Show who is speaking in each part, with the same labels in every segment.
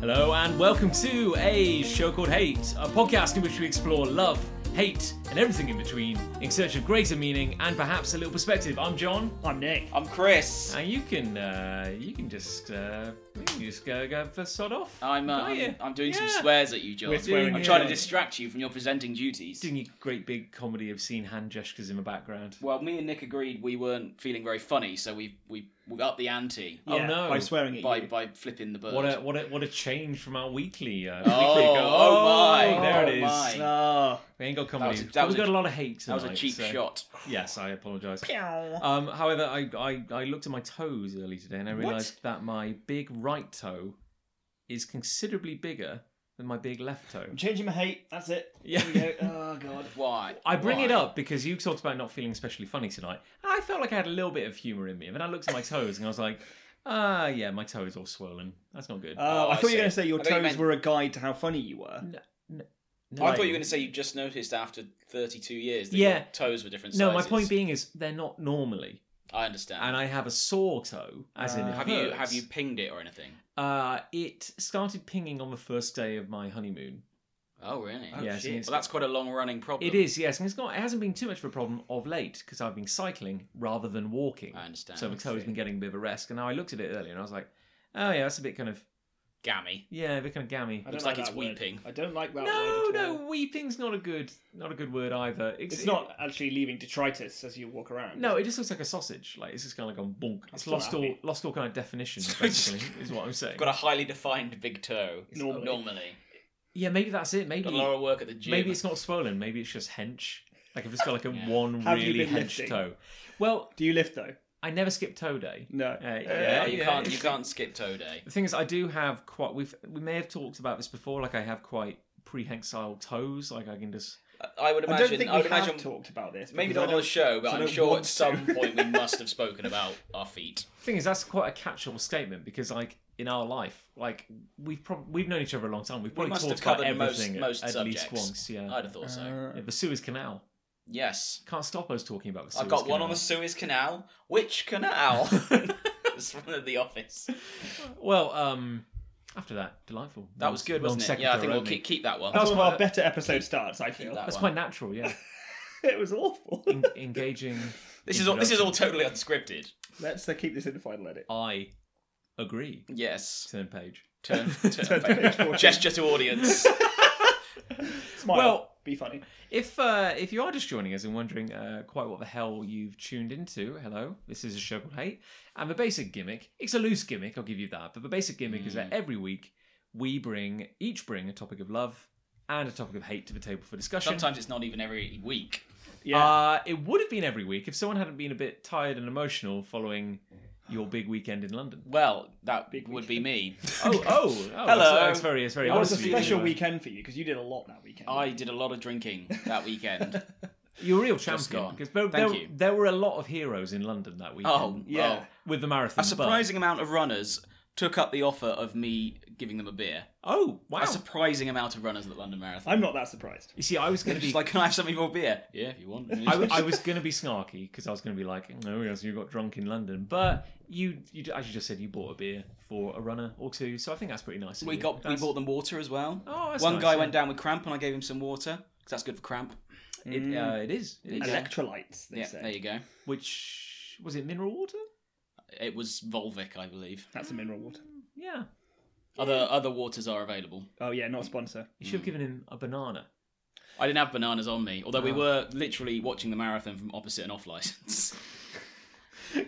Speaker 1: Hello and welcome to a show called Hate, a podcast in which we explore love, hate, and everything in between in search of greater meaning and perhaps a little perspective. I'm John,
Speaker 2: I'm Nick.
Speaker 3: I'm Chris.
Speaker 1: and you can uh, you can just uh, you can just go go for sod off.
Speaker 3: I'm uh,
Speaker 1: Go you.
Speaker 3: I'm, I'm doing some
Speaker 1: Yeah.
Speaker 3: swears at you, John.
Speaker 1: We're swearing
Speaker 3: I'm
Speaker 1: at
Speaker 3: trying
Speaker 1: you.
Speaker 3: to distract you from your presenting duties.
Speaker 1: Doing your great big comedy of seeing hand gestures in the background.
Speaker 3: Well, me and Nick agreed we weren't feeling very funny, so we we we upped the ante
Speaker 1: Oh, no.
Speaker 2: By swearing at
Speaker 3: by
Speaker 2: you.
Speaker 3: by flipping the bird.
Speaker 1: What a what a what a change from our weekly. Uh,
Speaker 3: Oh,
Speaker 1: weekly go.
Speaker 3: oh my,
Speaker 1: There it
Speaker 3: oh
Speaker 1: is.
Speaker 3: my.
Speaker 2: No.
Speaker 1: We ain't got comedy.
Speaker 3: was a- that
Speaker 1: but
Speaker 3: was
Speaker 1: we got
Speaker 3: a-
Speaker 1: a lot of hate.
Speaker 3: that was a
Speaker 1: tonight,
Speaker 3: cheap
Speaker 1: so-
Speaker 3: shot.
Speaker 1: Yes, I apologise. Um, however, I, I, I looked at my toes early today and I
Speaker 2: What?
Speaker 1: realised that my big right toe is considerably bigger than my big left toe.
Speaker 2: I'm changing my hate. That's it.
Speaker 1: Yeah.
Speaker 2: There we go. Oh god.
Speaker 3: Why?
Speaker 1: I bring
Speaker 3: Why?
Speaker 1: it up because you talked about not feeling especially funny tonight. And I felt like I had a little bit of humour in me. And then I looked at my toes and I was like, ah, yeah, my toe is all swollen. That's not good.
Speaker 2: Oh,
Speaker 3: Oh,
Speaker 2: I
Speaker 3: I
Speaker 2: thought you
Speaker 3: see.
Speaker 2: were going to say your
Speaker 3: I thought you
Speaker 2: toes
Speaker 3: meant-
Speaker 2: were a guide to how funny you were.
Speaker 1: No.
Speaker 3: I thought you were going to say you just noticed after 32 years that
Speaker 1: Yeah.
Speaker 3: your toes were different
Speaker 1: No, my
Speaker 3: sizes.
Speaker 1: point being is they're not normally.
Speaker 3: I understand.
Speaker 1: And I have a sore toe, as in it
Speaker 3: have you
Speaker 1: hurts.
Speaker 3: have you pinged it or anything?
Speaker 1: Uh, it started pinging on the first day of my honeymoon.
Speaker 3: Oh, really?
Speaker 2: Oh,
Speaker 1: yes,
Speaker 2: shit.
Speaker 1: and it's-
Speaker 3: Well, that's quite a long running problem.
Speaker 1: It is, yes, and it's not. It hasn't been too much of a problem of late because I've been cycling rather than walking.
Speaker 3: I understand.
Speaker 1: So my toe's been getting a bit of a rest, and now I looked at it earlier and I was like, "Oh yeah, that's a bit kind of
Speaker 3: Gammy.
Speaker 1: yeah, a bit kind of gammy."
Speaker 2: I don't
Speaker 3: Looks like
Speaker 2: that
Speaker 3: it's
Speaker 2: word.
Speaker 3: weeping.
Speaker 2: I don't like that
Speaker 1: No,
Speaker 2: word. at all.
Speaker 1: no, weeping's not a good, not a good word either.
Speaker 2: It's not actually leaving detritus as you walk around.
Speaker 1: No, it just looks like a sausage. Like it's just kind of like on bonk. It's
Speaker 2: still
Speaker 1: lost all,
Speaker 2: happy.
Speaker 1: lost all kind of definition.
Speaker 3: So it's-
Speaker 1: Basically, is what I'm saying.
Speaker 3: Got a highly defined big toe.
Speaker 2: Normally.
Speaker 3: Normally.
Speaker 1: Yeah, maybe that's it.
Speaker 3: Got
Speaker 1: Maybe,
Speaker 3: a lot of work at the gym.
Speaker 1: maybe it's not swollen. Maybe it's just hench. Like I've just got like a
Speaker 3: Yeah.
Speaker 1: one
Speaker 2: Have you
Speaker 1: really
Speaker 2: been
Speaker 1: hench
Speaker 2: lifting?
Speaker 1: toe. Well,
Speaker 2: Do you lift though?
Speaker 1: I never skip toe day.
Speaker 2: No.
Speaker 1: Uh,
Speaker 3: Yeah,
Speaker 1: yeah.
Speaker 3: you can't. You
Speaker 1: it's-
Speaker 3: can't skip toe day.
Speaker 1: The thing is, I do have quite. We've we may have talked about this before. Like I have quite prehensile toes. Like I can just.
Speaker 3: I- I would
Speaker 2: I
Speaker 3: imagine.
Speaker 2: don't
Speaker 3: I,
Speaker 2: think
Speaker 3: would
Speaker 2: we have
Speaker 3: imagine.
Speaker 2: talked about this.
Speaker 3: Maybe
Speaker 2: because
Speaker 3: not
Speaker 2: I
Speaker 3: on the
Speaker 2: don't-
Speaker 3: show,
Speaker 2: I
Speaker 3: but I'm
Speaker 2: don't
Speaker 3: sure
Speaker 2: want
Speaker 3: at some
Speaker 2: to.
Speaker 3: point we must have spoken about our feet.
Speaker 1: The thing is, that's quite a catch-all statement because, like, in our life, like we've probably we've known each other a long time. We've probably
Speaker 3: must
Speaker 1: talked
Speaker 3: have
Speaker 1: about
Speaker 3: covered most-
Speaker 1: everything at-
Speaker 3: most
Speaker 1: at, least
Speaker 3: subjects.
Speaker 1: once. Yeah.
Speaker 3: I'd have thought so.
Speaker 2: Uh,
Speaker 1: Yeah, the Suez Canal
Speaker 3: Yes,
Speaker 1: can't stop us talking about the Suez
Speaker 3: I've got one
Speaker 1: Canal.
Speaker 3: on the Suez Canal. Which canal? it's from the office.
Speaker 1: Well, um, after that, delightful.
Speaker 3: That was good, wasn't it? Yeah, I think we'll keep, keep that one. Uh,
Speaker 1: That
Speaker 2: That's
Speaker 1: was
Speaker 2: one of our
Speaker 1: quite-
Speaker 2: better episode starts. I feel
Speaker 3: that
Speaker 1: That's
Speaker 3: one.
Speaker 1: quite natural. Yeah,
Speaker 2: it was awful.
Speaker 1: En- engaging.
Speaker 3: This is all. This is all totally unscripted.
Speaker 2: Let's uh, keep this in the final edit.
Speaker 1: I agree.
Speaker 3: Yes.
Speaker 1: Turn page.
Speaker 3: Turn.
Speaker 2: Turn
Speaker 3: turn
Speaker 2: to page 14.
Speaker 3: gesture to audience.
Speaker 2: Smile.
Speaker 1: Well-
Speaker 2: be funny.
Speaker 1: If uh, if you are just joining us and wondering uh, quite what the hell you've tuned into, hello, this is a show called Hate, and the basic gimmick. It's a loose gimmick, I'll give you that. But the basic gimmick is that every week we bring each bring a topic of love and a topic of hate to the table for discussion.
Speaker 3: Sometimes it's not even every week.
Speaker 2: Yeah.
Speaker 1: Uh, it would have been every week if someone hadn't been a bit tired and emotional following your big weekend in London.
Speaker 3: Well, that
Speaker 2: Big
Speaker 3: would be me.
Speaker 1: Oh, oh, oh
Speaker 3: Hello.
Speaker 1: That's, that's very, it's very
Speaker 2: It was
Speaker 1: honest
Speaker 2: a
Speaker 1: of you
Speaker 2: special
Speaker 1: to, uh,
Speaker 2: weekend for you because you did a lot that weekend.
Speaker 3: Oh, I did a lot of drinking that weekend.
Speaker 1: You're a real champion
Speaker 3: gone.
Speaker 1: because there,
Speaker 3: Thank
Speaker 1: there,
Speaker 3: you.
Speaker 1: there were a lot of heroes in London that weekend.
Speaker 3: Oh,
Speaker 2: Yeah.
Speaker 3: yeah.
Speaker 1: with the marathon.
Speaker 3: A surprising amount of runners took up the offer of me giving them a beer.
Speaker 1: But, oh, wow.
Speaker 3: A surprising amount of runners at the London Marathon.
Speaker 2: I'm not that surprised.
Speaker 1: You see, I was going to be.
Speaker 3: Just like, can I have something more beer? Yeah, if you want.
Speaker 1: I, w- I was going to be snarky because I was going to be like, "No, yes, you got drunk in London," but you, you, d- as you just said, you bought a beer for a runner or two, so I think that's pretty nice. of
Speaker 3: we
Speaker 1: you.
Speaker 3: got we
Speaker 1: That's-
Speaker 3: bought them water as well.
Speaker 1: Oh, that's
Speaker 3: One
Speaker 1: nice,
Speaker 3: guy
Speaker 1: yeah.
Speaker 3: went down with cramp, and I gave him some water because that's good for cramp.
Speaker 1: It, uh, it is, it is.
Speaker 3: Yeah.
Speaker 2: Electrolytes, they
Speaker 3: yeah,
Speaker 2: say.
Speaker 3: there you go.
Speaker 1: Which was it? Mineral water?
Speaker 3: It was Volvic, I believe.
Speaker 2: That's a mineral water.
Speaker 1: Yeah.
Speaker 3: Other other waters are available.
Speaker 2: Oh yeah, not a sponsor.
Speaker 1: You should have given him a banana.
Speaker 3: I didn't have bananas on me, although we were literally watching the marathon from opposite and off license.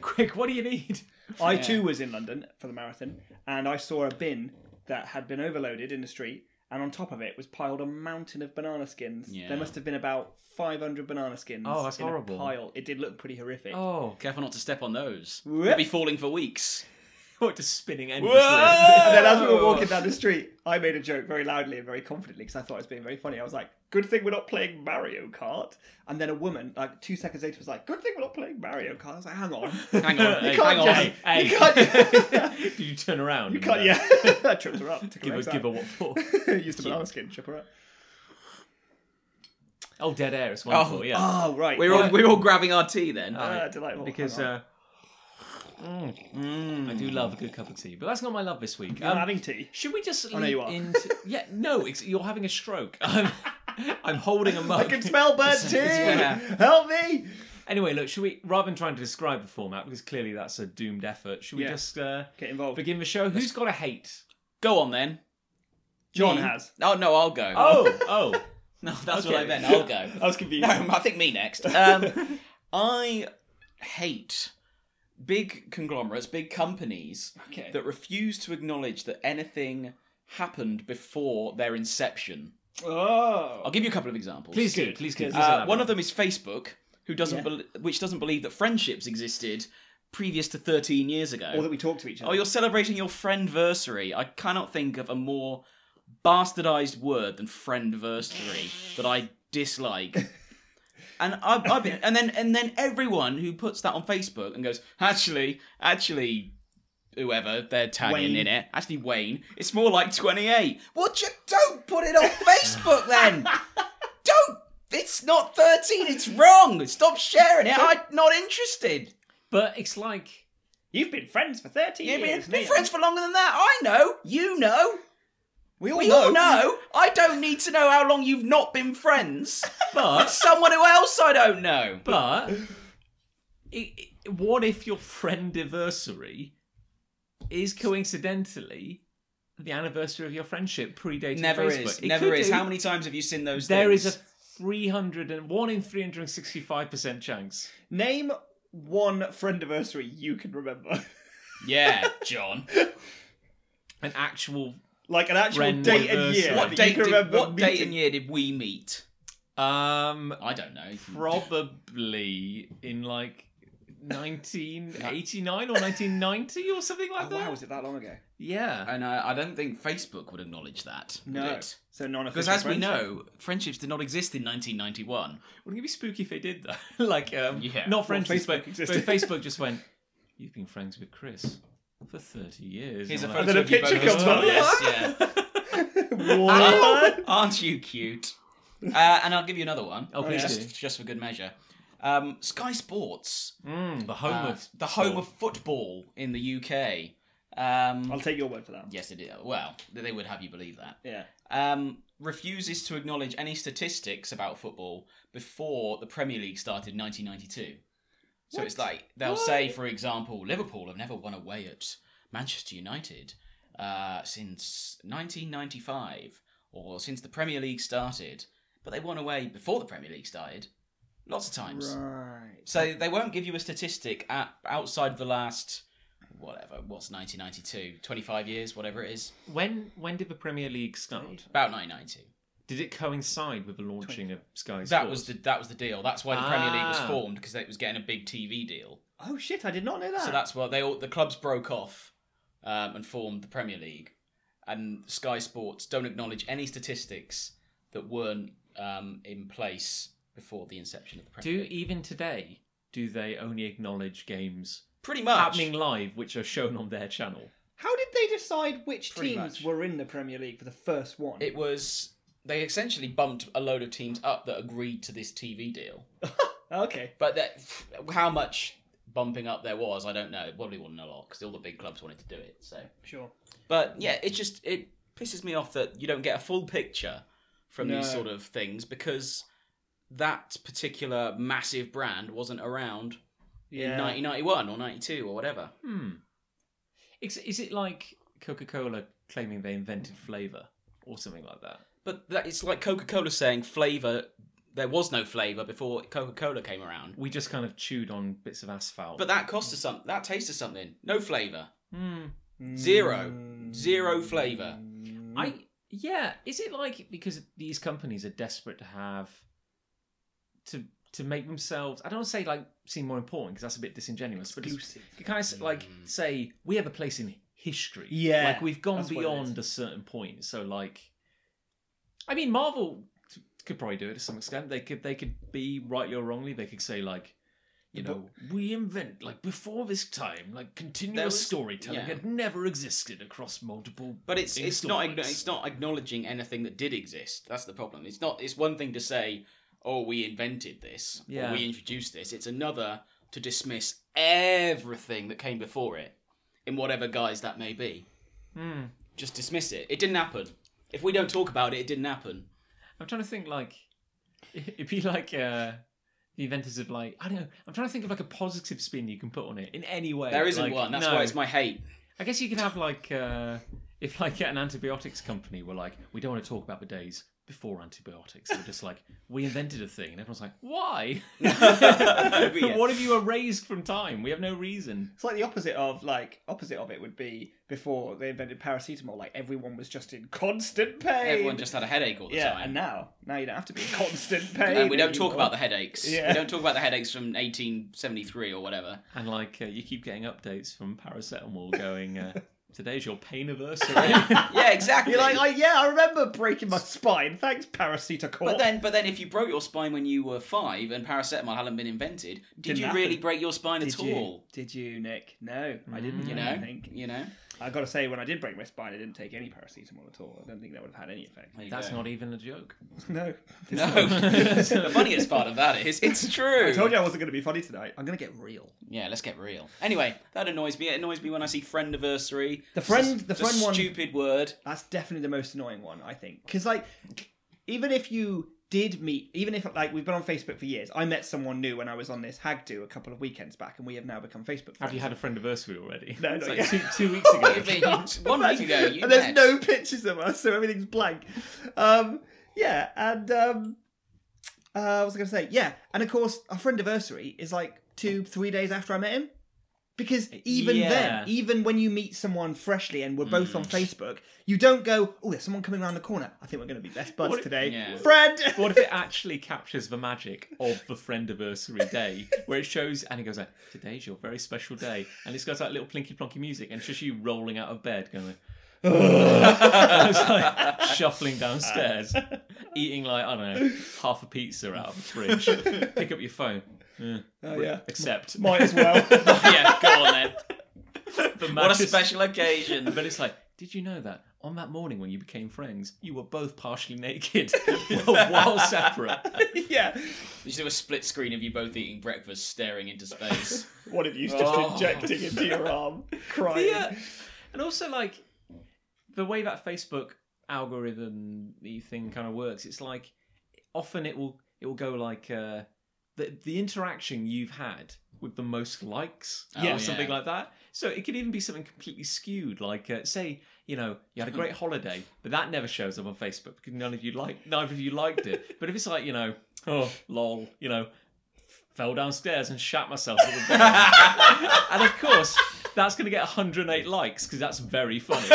Speaker 1: Quick, what do you need?
Speaker 2: I too was in London for the marathon, and I saw a bin that had been overloaded in the street, and on top of it was piled a mountain of banana skins.
Speaker 3: Yeah.
Speaker 2: There must have been about 500 banana skins
Speaker 1: Oh, that's
Speaker 2: in
Speaker 1: horrible.
Speaker 2: a pile. It did look pretty horrific.
Speaker 1: Oh,
Speaker 3: Careful not to step on those.
Speaker 2: Whoop.
Speaker 3: They'll be falling for weeks.
Speaker 1: what just spinning endlessly.
Speaker 2: And then as we were walking down the street, I made a joke very loudly and very confidently because I thought it was being very funny. I was like, "Good thing we're not playing Mario Kart." And then a woman, like two seconds later, was like, "Good thing we're not playing Mario Kart." I was like, "Hang on,
Speaker 3: Hang on,
Speaker 2: you
Speaker 3: hey, hang
Speaker 2: can't
Speaker 3: on.
Speaker 2: just,
Speaker 3: hey.
Speaker 1: Hey.
Speaker 2: you can't,
Speaker 1: Did you turn around?
Speaker 2: you
Speaker 1: and,
Speaker 2: can't,
Speaker 1: uh,
Speaker 2: yeah." I tripped her up. Took
Speaker 1: Give
Speaker 2: her
Speaker 1: her,
Speaker 2: legs
Speaker 1: give her
Speaker 2: out.
Speaker 1: what for?
Speaker 2: Used a banana skin, trip her up.
Speaker 1: Oh, dead air. It's wonderful.
Speaker 3: Oh,
Speaker 1: yeah,
Speaker 2: Oh right,
Speaker 3: We're all, we're all grabbing our tea then.
Speaker 2: Ah, delightful.
Speaker 1: because
Speaker 2: Hang on.
Speaker 1: uh,
Speaker 3: Hmm.
Speaker 1: mm, I do love a good cup of tea, but that's not my love this week.
Speaker 2: You're
Speaker 1: Um,
Speaker 2: not having tea.
Speaker 1: should we just lead
Speaker 2: no, you are.
Speaker 1: into? Yeah, no, it's, you're having a stroke. I'm, I'm holding a
Speaker 3: oh.
Speaker 1: mug.
Speaker 2: I can smell burnt tea.
Speaker 3: Yeah.
Speaker 2: Help me.
Speaker 1: Anyway, look, should we rather than trying to describe the format because clearly that's a doomed effort? Should we
Speaker 2: Yeah. Oh.
Speaker 1: just uh,
Speaker 2: Get involved.
Speaker 1: begin the show? Who's got a hate?
Speaker 3: Go on then.
Speaker 2: John
Speaker 3: Me?
Speaker 2: has.
Speaker 3: Oh no, I'll go.
Speaker 1: Oh, oh,
Speaker 3: no, that's
Speaker 1: okay.
Speaker 3: what I meant. I'll go.
Speaker 2: I was confused.
Speaker 3: No, I think me next. Um, I hate big conglomerates, big companies
Speaker 2: Okay.
Speaker 3: that refuse to acknowledge that anything happened before their inception.
Speaker 2: Oh.
Speaker 3: I'll give you a couple of examples.
Speaker 1: please do, please do.
Speaker 2: Good.
Speaker 1: Please
Speaker 3: Uh,
Speaker 1: elaborate.
Speaker 3: one of them is Facebook, who doesn't
Speaker 2: Yeah.
Speaker 3: bel which doesn't believe that friendships existed previous to 13 years ago.
Speaker 2: Or that we talk to each other.
Speaker 3: Oh, you're celebrating your friendversary. I cannot think of a more bastardized word than friendversary that I dislike. And I've, I've been, and then and then everyone who puts that on Facebook and goes, actually, actually, whoever they're tagging
Speaker 2: Wayne.
Speaker 3: in it, actually Wayne, it's more like twenty eight. What you don't put it on Facebook then? don't. It's not thirteen. It's wrong. Stop sharing it. I'm not interested.
Speaker 1: but it's like
Speaker 2: You've been friends for 13
Speaker 3: You've been,
Speaker 2: years.
Speaker 3: been
Speaker 2: Liam.
Speaker 3: friends for longer than that. I know. You know.
Speaker 2: We all
Speaker 3: We all know. I don't need to know how long you've not been friends.
Speaker 1: But-
Speaker 3: With someone who else I don't know.
Speaker 1: But i i- what if your friend anniversary is coincidentally the anniversary of your friendship predating
Speaker 3: never
Speaker 1: Facebook?
Speaker 3: is.
Speaker 1: It
Speaker 3: Never
Speaker 1: could
Speaker 3: is.
Speaker 1: do.
Speaker 3: How many times have you seen those?
Speaker 1: There
Speaker 3: things?
Speaker 1: is a three hundred and one in three hundred and sixty-five percent chance.
Speaker 2: Name one friendiversary you can remember.
Speaker 3: yeah, John.
Speaker 1: An actual.
Speaker 2: like an actual
Speaker 1: Friend
Speaker 2: date and year.
Speaker 1: anniversary.
Speaker 3: What
Speaker 2: that
Speaker 3: date?
Speaker 2: you can
Speaker 3: Did,
Speaker 2: remember
Speaker 3: what date
Speaker 2: meeting.
Speaker 3: and year did we meet?
Speaker 1: Um,
Speaker 3: I don't know.
Speaker 1: probably in like. 1989 or 1990 or something like
Speaker 2: Oh,
Speaker 1: that.
Speaker 2: wow, was it that long ago?
Speaker 1: Yeah.
Speaker 3: And I, I don't think Facebook would acknowledge that. would
Speaker 2: No.
Speaker 3: it?
Speaker 2: So non
Speaker 3: Because as we know, friendships did not exist in 1991.
Speaker 1: Wouldn't it be spooky if they did though? like, um,
Speaker 3: Yeah.
Speaker 1: not friendships,
Speaker 2: Facebook
Speaker 1: but, but
Speaker 2: existed.
Speaker 1: Facebook just went. You've been friends with Chris for thirty years.
Speaker 3: Here's a
Speaker 1: And
Speaker 3: photo
Speaker 1: I'm
Speaker 2: And then a
Speaker 3: of you
Speaker 2: picture
Speaker 3: both.
Speaker 2: comes
Speaker 1: up,
Speaker 3: Yes, yeah.
Speaker 2: What?
Speaker 3: Aren't you cute? Uh, and I'll give you another one.
Speaker 1: Oh, please
Speaker 3: just,
Speaker 1: do.
Speaker 3: just for good measure. Um, Sky Sports,
Speaker 1: like, mm, the home
Speaker 3: uh,
Speaker 1: of
Speaker 3: the home of football in the UK. Um,
Speaker 2: I'll take your word for that.
Speaker 3: yes, it is. Well, they would have you believe that.
Speaker 2: Yeah.
Speaker 3: Um, refuses to acknowledge any statistics about football before the Premier League started in 1992. So it's like they'll say, for example, Liverpool have never won away at Manchester United uh, since 1995 or since the Premier League started, but they won away before the Premier League started lots of times.
Speaker 2: Right.
Speaker 3: So they won't give you a statistic at, outside of the last whatever. What's 1992? 25 years, whatever it is.
Speaker 1: When when did the Premier League start?
Speaker 3: About 1990.
Speaker 1: Did it coincide with the launching of Sky Sports?
Speaker 3: That was the that was the deal. That's why the Premier League was
Speaker 1: Ah.
Speaker 3: formed because it was getting a big TV deal.
Speaker 2: Oh shit! I did not know that.
Speaker 1: Ah.
Speaker 3: So that's why they all the clubs broke off um, and formed the Premier League. And Sky Sports don't acknowledge any statistics that weren't um, in place before the inception of the Premier
Speaker 1: Do
Speaker 3: League.
Speaker 1: even today do they only acknowledge games
Speaker 3: Pretty much.
Speaker 1: happening live, which are shown on their channel?
Speaker 2: How did they decide which
Speaker 3: Pretty
Speaker 2: teams
Speaker 3: much.
Speaker 2: were in the Premier League for the first one?
Speaker 3: It was they essentially bumped a load of teams up that agreed to this TV deal.
Speaker 2: Okay.
Speaker 3: But that how much bumping up there was, I don't know. It probably wasn't a lot because all the big clubs wanted to do it. So,
Speaker 2: Sure.
Speaker 3: but yeah, it just it pisses me off that you don't get a full picture from these
Speaker 2: No.
Speaker 3: sort of things because that particular massive brand wasn't around in 1991 or 92 or whatever.
Speaker 1: Hmm. Is, is it like Coca Cola claiming they invented flavour or something like that?
Speaker 3: But that, it's like Coca Cola saying flavor. There was no flavor before Coca Cola came around.
Speaker 1: We just kind of chewed on bits of asphalt.
Speaker 3: But that cost us some. That tasted
Speaker 2: Mm.
Speaker 3: something. No flavor.
Speaker 1: Hmm.
Speaker 3: Zero. Zero flavor.
Speaker 1: I Yeah, is it like because these companies are desperate to have to to make themselves? I don't want to say like seem more important because that's a bit disingenuous, but it's,
Speaker 2: Exclusive. Mm.
Speaker 1: you kind of like say we have a place in history.
Speaker 2: Yeah,
Speaker 1: like we've gone
Speaker 2: that's what it
Speaker 1: beyond a certain point. So like, I mean, Marvel t- could probably do it to some extent. They could they could be rightly or wrongly. They could say like. You know, we invent like before this time, like continuous
Speaker 3: was-
Speaker 1: storytelling
Speaker 3: yeah.
Speaker 1: had never existed across multiple.
Speaker 3: But it's it's not
Speaker 1: installments.
Speaker 3: acknow- it's not acknowledging anything that did exist. That's the problem. It's not. It's one thing to say, "Oh, we invented this. or
Speaker 1: Yeah.
Speaker 3: we introduced this." It's another to dismiss everything that came before it, in whatever guise that may be.
Speaker 1: Hmm.
Speaker 3: Just dismiss it. It didn't happen. If we don't talk about it, it didn't happen.
Speaker 1: I'm trying to think like it'd be like uh the inventors of like I don't know. I'm trying to think of like a positive spin you can put on it in any way.
Speaker 3: There isn't
Speaker 1: Like,
Speaker 3: one. That's
Speaker 1: no.
Speaker 3: why it's my hate.
Speaker 1: I guess you can have like uh if like an antibiotics company were like we don't want to talk about the days before antibiotics. They're just like we invented a thing, and everyone's like, why?
Speaker 3: Yeah.
Speaker 1: what have you erased from time? We have no reason.
Speaker 2: It's like the opposite of like opposite of it would be before they invented paracetamol. Like everyone was just in constant pain.
Speaker 3: Everyone just had a headache all the
Speaker 2: yeah,
Speaker 3: time.
Speaker 2: and now now you don't have to be in constant pain.
Speaker 3: And we don't
Speaker 2: anymore.
Speaker 3: talk about the headaches.
Speaker 2: Yeah.
Speaker 3: We don't talk about the headaches from 1873 or whatever.
Speaker 1: And like uh, you keep getting updates from paracetamol going. Uh, Today's your pain anniversary.
Speaker 3: Yeah, exactly.
Speaker 2: You're like, oh yeah, I remember breaking my spine. Thanks, paracetamol.
Speaker 3: But then, but then, if you broke your spine when you were five and paracetamol hadn't been invented, did
Speaker 2: Didn't
Speaker 3: you
Speaker 2: happen.
Speaker 3: really break your spine
Speaker 2: did
Speaker 3: at
Speaker 2: you?
Speaker 3: all?
Speaker 2: Did you, Nick? No, I didn't.
Speaker 3: Mm. You
Speaker 2: You
Speaker 3: know,
Speaker 2: I think
Speaker 3: you know.
Speaker 2: I got to say, when I did break my spine, I didn't take any paracetamol at all. I don't think that would have had any effect.
Speaker 3: There you
Speaker 1: That's
Speaker 3: go.
Speaker 1: not even a joke.
Speaker 2: No,
Speaker 3: No, the funniest part of that is it's true.
Speaker 2: I told you I wasn't going to be funny tonight. I'm going to get real.
Speaker 3: Yeah, let's get real. Anyway, that annoys me. It annoys me when I see friendiversary.
Speaker 2: The friend-
Speaker 3: It's
Speaker 2: the
Speaker 3: a- it's a
Speaker 2: friend one-
Speaker 3: Stupid word.
Speaker 2: That's definitely the most annoying one, I think. Because, like, even if you did meet, even if, like, we've been on Facebook for years, I met someone new when I was on this hag do a couple of weekends back, and we have now become Facebook friends.
Speaker 1: Have you had a friend anniversary already?
Speaker 2: No,
Speaker 1: It's
Speaker 2: not
Speaker 1: like
Speaker 2: yet.
Speaker 1: two, two weeks ago.
Speaker 3: I mean, you- one week ago, you
Speaker 2: and Oh there's
Speaker 3: met-
Speaker 2: no pictures of us, so everything's blank. Um, yeah, and um, uh, I was going to say, yeah, and of course, our friend anniversary is like two, three days after I met him. Because even
Speaker 1: Yeah. Mm.
Speaker 2: then, even when you meet someone freshly and we're both on Facebook, you don't go, oh, there's someone coming around the corner. I think we're going to be best buds
Speaker 1: What-
Speaker 2: today.
Speaker 3: yeah.
Speaker 2: Friend!
Speaker 1: What if it actually captures the magic of the friendiversary day, where it shows and it goes like, "Today's your very special day," and it's got that little plinky plonky music, and it's just you rolling out of bed, going, like, it's like shuffling downstairs, eating like I don't know half a pizza out of the fridge. Pick up your phone. Yeah.
Speaker 2: Oh, yeah.
Speaker 1: Accept.
Speaker 2: Might as well.
Speaker 1: yeah, go on then. The
Speaker 3: What a
Speaker 1: magic-
Speaker 3: special occasion.
Speaker 1: But it's like, did you know that on that morning when you became friends, you were both partially naked while separate?
Speaker 2: yeah.
Speaker 3: You should do a split screen of you both eating breakfast, staring into space.
Speaker 2: One of you's just
Speaker 3: Oh.
Speaker 2: injecting into your arm,
Speaker 1: uh,
Speaker 2: crying.
Speaker 1: Yeah. And also, like, the way that Facebook algorithm thing kind of works, it's like often it will it will go like uh, the the interaction you've had with the most likes
Speaker 3: Oh,
Speaker 1: or
Speaker 3: yeah.
Speaker 1: something like that. So it could even be something completely skewed, like uh, say you know you had a great holiday, but that never shows up on Facebook because none of you like neither of you liked it. But if it's like you know oh lol you know fell downstairs and shat myself at the bed. and of course, that's going to get 108 likes because that's very funny.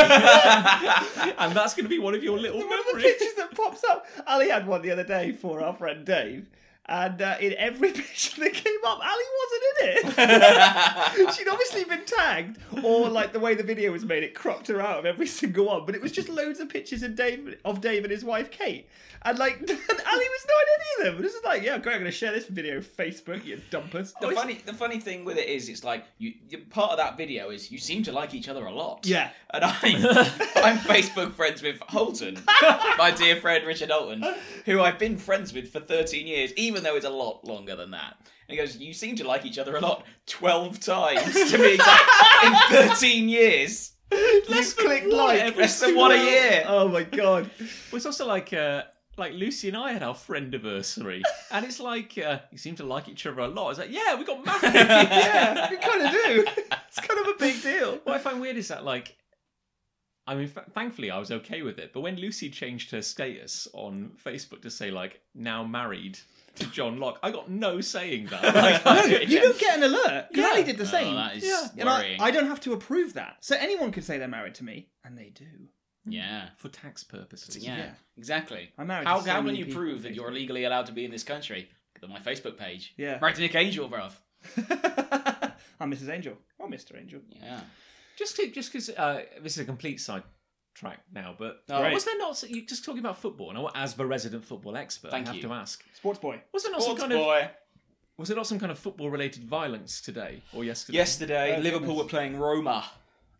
Speaker 1: and that's going to be one of your little
Speaker 2: one of the
Speaker 1: memories.
Speaker 2: pictures that pops up. Ali had one the other day for our friend Dave, and uh, in every picture that came up, Ali wasn't in it. She'd obviously been tagged, or like the way the video was made, it cropped her out of every single one. But it was just loads of pictures of Dave, of Dave and his wife Kate, and like and Ali was not in any of them. This is like, yeah, great, I'm going to share this video Facebook, you dumpers.
Speaker 3: The funny, the funny thing with it is, it's like you, you. Part of that video is you seem to like each other a lot.
Speaker 2: Yeah.
Speaker 3: and I'm, I'm Facebook friends with Holton, my dear friend Richard Holton, who I've been friends with for 13 years, even though it's a lot longer than that. And he goes, "You seem to like each other a lot, 12 times to be exact, in 13 years."
Speaker 2: Let's
Speaker 1: than
Speaker 2: click
Speaker 1: one
Speaker 2: like.
Speaker 1: every
Speaker 3: Less than one a
Speaker 1: single-
Speaker 3: year.
Speaker 2: Oh my god.
Speaker 1: Well, it's also like uh, like Lucy and I had our friend anniversary, and it's like uh, you seem to like each other a lot. It's like yeah, we got married.
Speaker 2: Yeah, we kind of do. It's kind of a big deal.
Speaker 1: what I find weird is that like. I mean, fa- thankfully, I was okay with it. But when Lucy changed her status on Facebook to say like "now married" to John Locke, I got no saying that. Like, I did.
Speaker 2: You don't get an alert.
Speaker 1: Yeah.
Speaker 2: Carly did the same.
Speaker 3: Oh, that is
Speaker 2: yeah. And I,
Speaker 3: worrying.
Speaker 2: I don't have to approve that. So anyone could say they're married to me, and they do.
Speaker 3: Yeah.
Speaker 1: for tax purposes.
Speaker 3: Yeah,
Speaker 2: Yeah.
Speaker 3: exactly.
Speaker 2: I'm married.
Speaker 3: How,
Speaker 2: to so
Speaker 3: how can
Speaker 2: many
Speaker 3: you
Speaker 2: people.
Speaker 3: prove that you're legally allowed to be in this country? Look at my Facebook page.
Speaker 2: Yeah.
Speaker 3: Right to Nick Angel, bruv.
Speaker 2: I'm Mrs. Angel. Oh, Mr. Angel.
Speaker 3: Yeah.
Speaker 1: Just to- just because uh, this is a complete side track now, but
Speaker 3: Oh,
Speaker 1: was there not? You just talking about football, and I, as the resident football expert,
Speaker 3: Thank
Speaker 1: I have
Speaker 3: you.
Speaker 1: to ask:
Speaker 2: Sports boy.
Speaker 1: was there not
Speaker 3: Sports
Speaker 1: some kind of
Speaker 3: boy.
Speaker 1: was there not some kind of football related violence today or yesterday?
Speaker 3: Yesterday,
Speaker 2: Oh,
Speaker 3: Liverpool
Speaker 2: goodness.
Speaker 3: were playing Roma.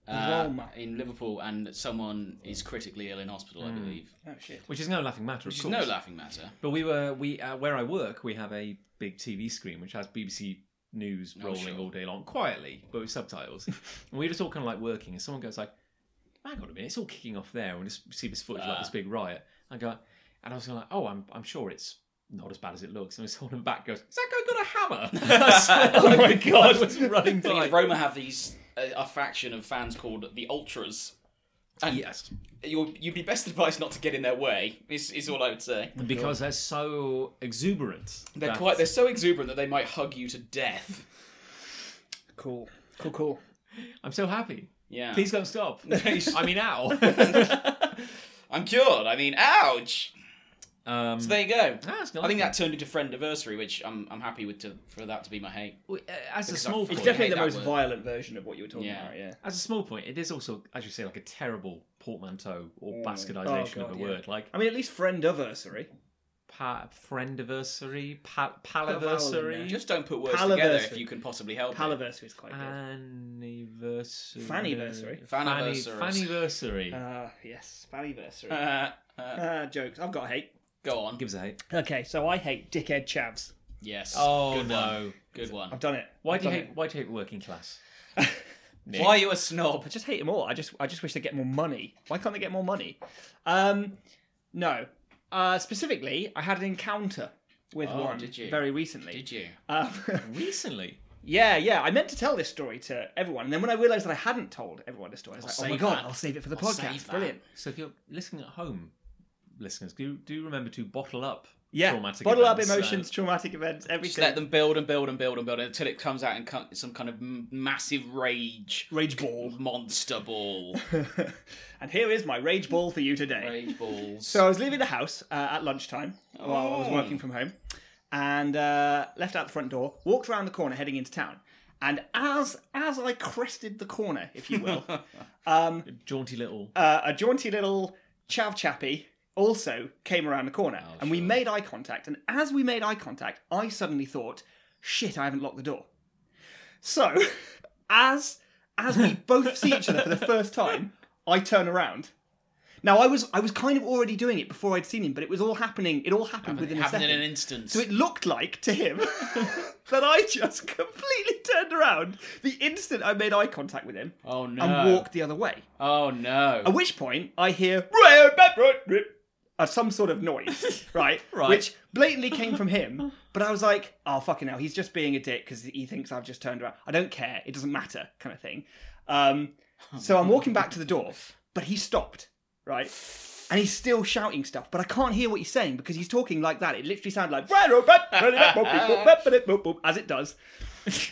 Speaker 3: uh,
Speaker 2: Roma.
Speaker 3: in Liverpool, and someone is critically ill in hospital, I believe.
Speaker 2: Oh shit.
Speaker 1: Which is no laughing matter, of
Speaker 3: Which is
Speaker 1: course.
Speaker 3: no laughing matter.
Speaker 1: But we were we uh, where I work, we have a big TV screen which has BBC news
Speaker 3: Oh,
Speaker 1: rolling
Speaker 3: sure.
Speaker 1: all day long, quietly but with subtitles. and we were just all kind of like working, and someone goes like, "Hang on a minute, it's all kicking off there." And we just see this footage of, like
Speaker 3: Ah.
Speaker 1: this big riot. I go, and I was kinda like, "Oh, I'm I'm sure it's." Not as bad as it looks, and someone in the back goes, "Has that guy got a hammer?" I swear,
Speaker 3: Oh my
Speaker 1: like,
Speaker 3: God.
Speaker 1: I was running
Speaker 3: The thing is,
Speaker 1: by.
Speaker 3: Roma have these uh, a faction of fans called the Ultras. And
Speaker 1: Yes,
Speaker 3: you'll, you'd be best advised not to get in their way. Is, is all I would say.
Speaker 1: because they're so exuberant.
Speaker 3: They're
Speaker 1: that-
Speaker 3: quite. They're so exuberant that they might hug you to death.
Speaker 2: Cool. Cool. Cool.
Speaker 1: I'm so happy.
Speaker 3: Yeah.
Speaker 1: Please don't stop. I mean, ow.
Speaker 3: I'm cured. I mean, ouch.
Speaker 1: um,
Speaker 3: So there you go.
Speaker 1: that's
Speaker 3: I think
Speaker 1: nice.
Speaker 3: that turned into friend anniversary, which I'm I'm happy with to, for that to be my hate.
Speaker 1: Well, uh, as a
Speaker 3: Because
Speaker 1: small
Speaker 3: I've-
Speaker 2: It's
Speaker 3: I
Speaker 1: point,
Speaker 2: definitely
Speaker 3: hate
Speaker 2: the
Speaker 3: that
Speaker 2: most
Speaker 3: word.
Speaker 2: violent version of what you were talking
Speaker 3: Yeah.
Speaker 2: about. Yeah.
Speaker 1: as a small point, it is also, as you say, like a terrible portmanteau or
Speaker 2: Mm.
Speaker 1: bastardization
Speaker 2: Oh,
Speaker 1: of a
Speaker 2: God, yeah.
Speaker 1: word, like
Speaker 2: I mean, at least friend anniversary.
Speaker 1: pa- friendiversary, pa-
Speaker 2: a vowel in
Speaker 1: paliversary,
Speaker 3: Just don't put words together if
Speaker 2: Paliversary.
Speaker 3: you can possibly help. it.
Speaker 2: Paliversary is quite
Speaker 3: Uh,
Speaker 2: good.
Speaker 1: anniversary,
Speaker 2: Fanniversary.
Speaker 1: Fanny-
Speaker 3: Fanniversary.
Speaker 1: fanniversary.
Speaker 2: Ah, yes, Fannyversary. Ah,
Speaker 3: Uh, uh,
Speaker 2: jokes. I've got hate.
Speaker 3: go on.
Speaker 1: Give us a hate.
Speaker 2: Okay, so I hate dickhead chavs.
Speaker 3: Yes.
Speaker 1: Oh
Speaker 3: Good
Speaker 1: no!
Speaker 3: One. Good one.
Speaker 2: I've done it.
Speaker 1: Why
Speaker 2: I've
Speaker 1: do you
Speaker 2: done
Speaker 1: hate? Why do you hate working class?
Speaker 3: Why are you a snob?
Speaker 2: I just hate them all. I just I just wish they get more money. Why can't they get more money? Um, no. Uh, specifically, I had an encounter with
Speaker 3: Oh,
Speaker 2: one
Speaker 3: did you?
Speaker 2: very recently.
Speaker 3: Did you?
Speaker 2: Um,
Speaker 1: Recently,
Speaker 2: Yeah, yeah. I meant to tell this story to everyone, and then when I realised that I hadn't told everyone this story, I was like, "Oh my
Speaker 3: save
Speaker 2: god,
Speaker 3: that.
Speaker 2: I'll save it for the
Speaker 3: I'll save
Speaker 2: podcast."
Speaker 3: that.
Speaker 2: Brilliant.
Speaker 1: so if you're listening at home, listeners, do do remember to bottle up.
Speaker 2: Yeah.
Speaker 1: traumatic
Speaker 2: Bottle up
Speaker 1: events, uh,
Speaker 2: emotions, traumatic events,
Speaker 3: Just
Speaker 2: everything.
Speaker 3: let them build and build and build and build until it comes out in co- some kind of m- massive rage
Speaker 2: Rage ball.
Speaker 3: monster ball.
Speaker 2: and here is my rage ball for you today.
Speaker 3: rage balls.
Speaker 2: So I was leaving the house uh, at lunchtime while I was
Speaker 3: Oh.
Speaker 2: working from home, and uh, left out the front door, walked around the corner heading into town, and as as I crested the corner, if you will,
Speaker 1: Jaunty little.
Speaker 2: uh, a jaunty little chav chappy also came around the corner and we
Speaker 3: Oh, sure.
Speaker 2: made eye contact and as we made eye contact i suddenly thought shit i haven't locked the door so as as we both see each other for the first time i turn around now i was i was kind of already doing it before i'd seen him but it was all happening it all happened
Speaker 3: it
Speaker 2: within a
Speaker 3: happened
Speaker 2: second
Speaker 3: in an instant.
Speaker 2: so it looked like to him that i just completely turned around the instant i made eye contact with him
Speaker 3: oh no!
Speaker 2: and walked the other way
Speaker 3: Oh no!
Speaker 2: at which point, I hear uh, some sort of noise, right?
Speaker 1: Right.
Speaker 2: Which blatantly came from him. But I was like, oh, fucking hell, he's just being a dick because he thinks I've just turned around. I don't care. It doesn't matter, kind of thing. Um, so I'm walking back to the door, but he stopped, right? And he's still shouting stuff, but I can't hear what he's saying because he's talking like that. It literally sounded like as it does.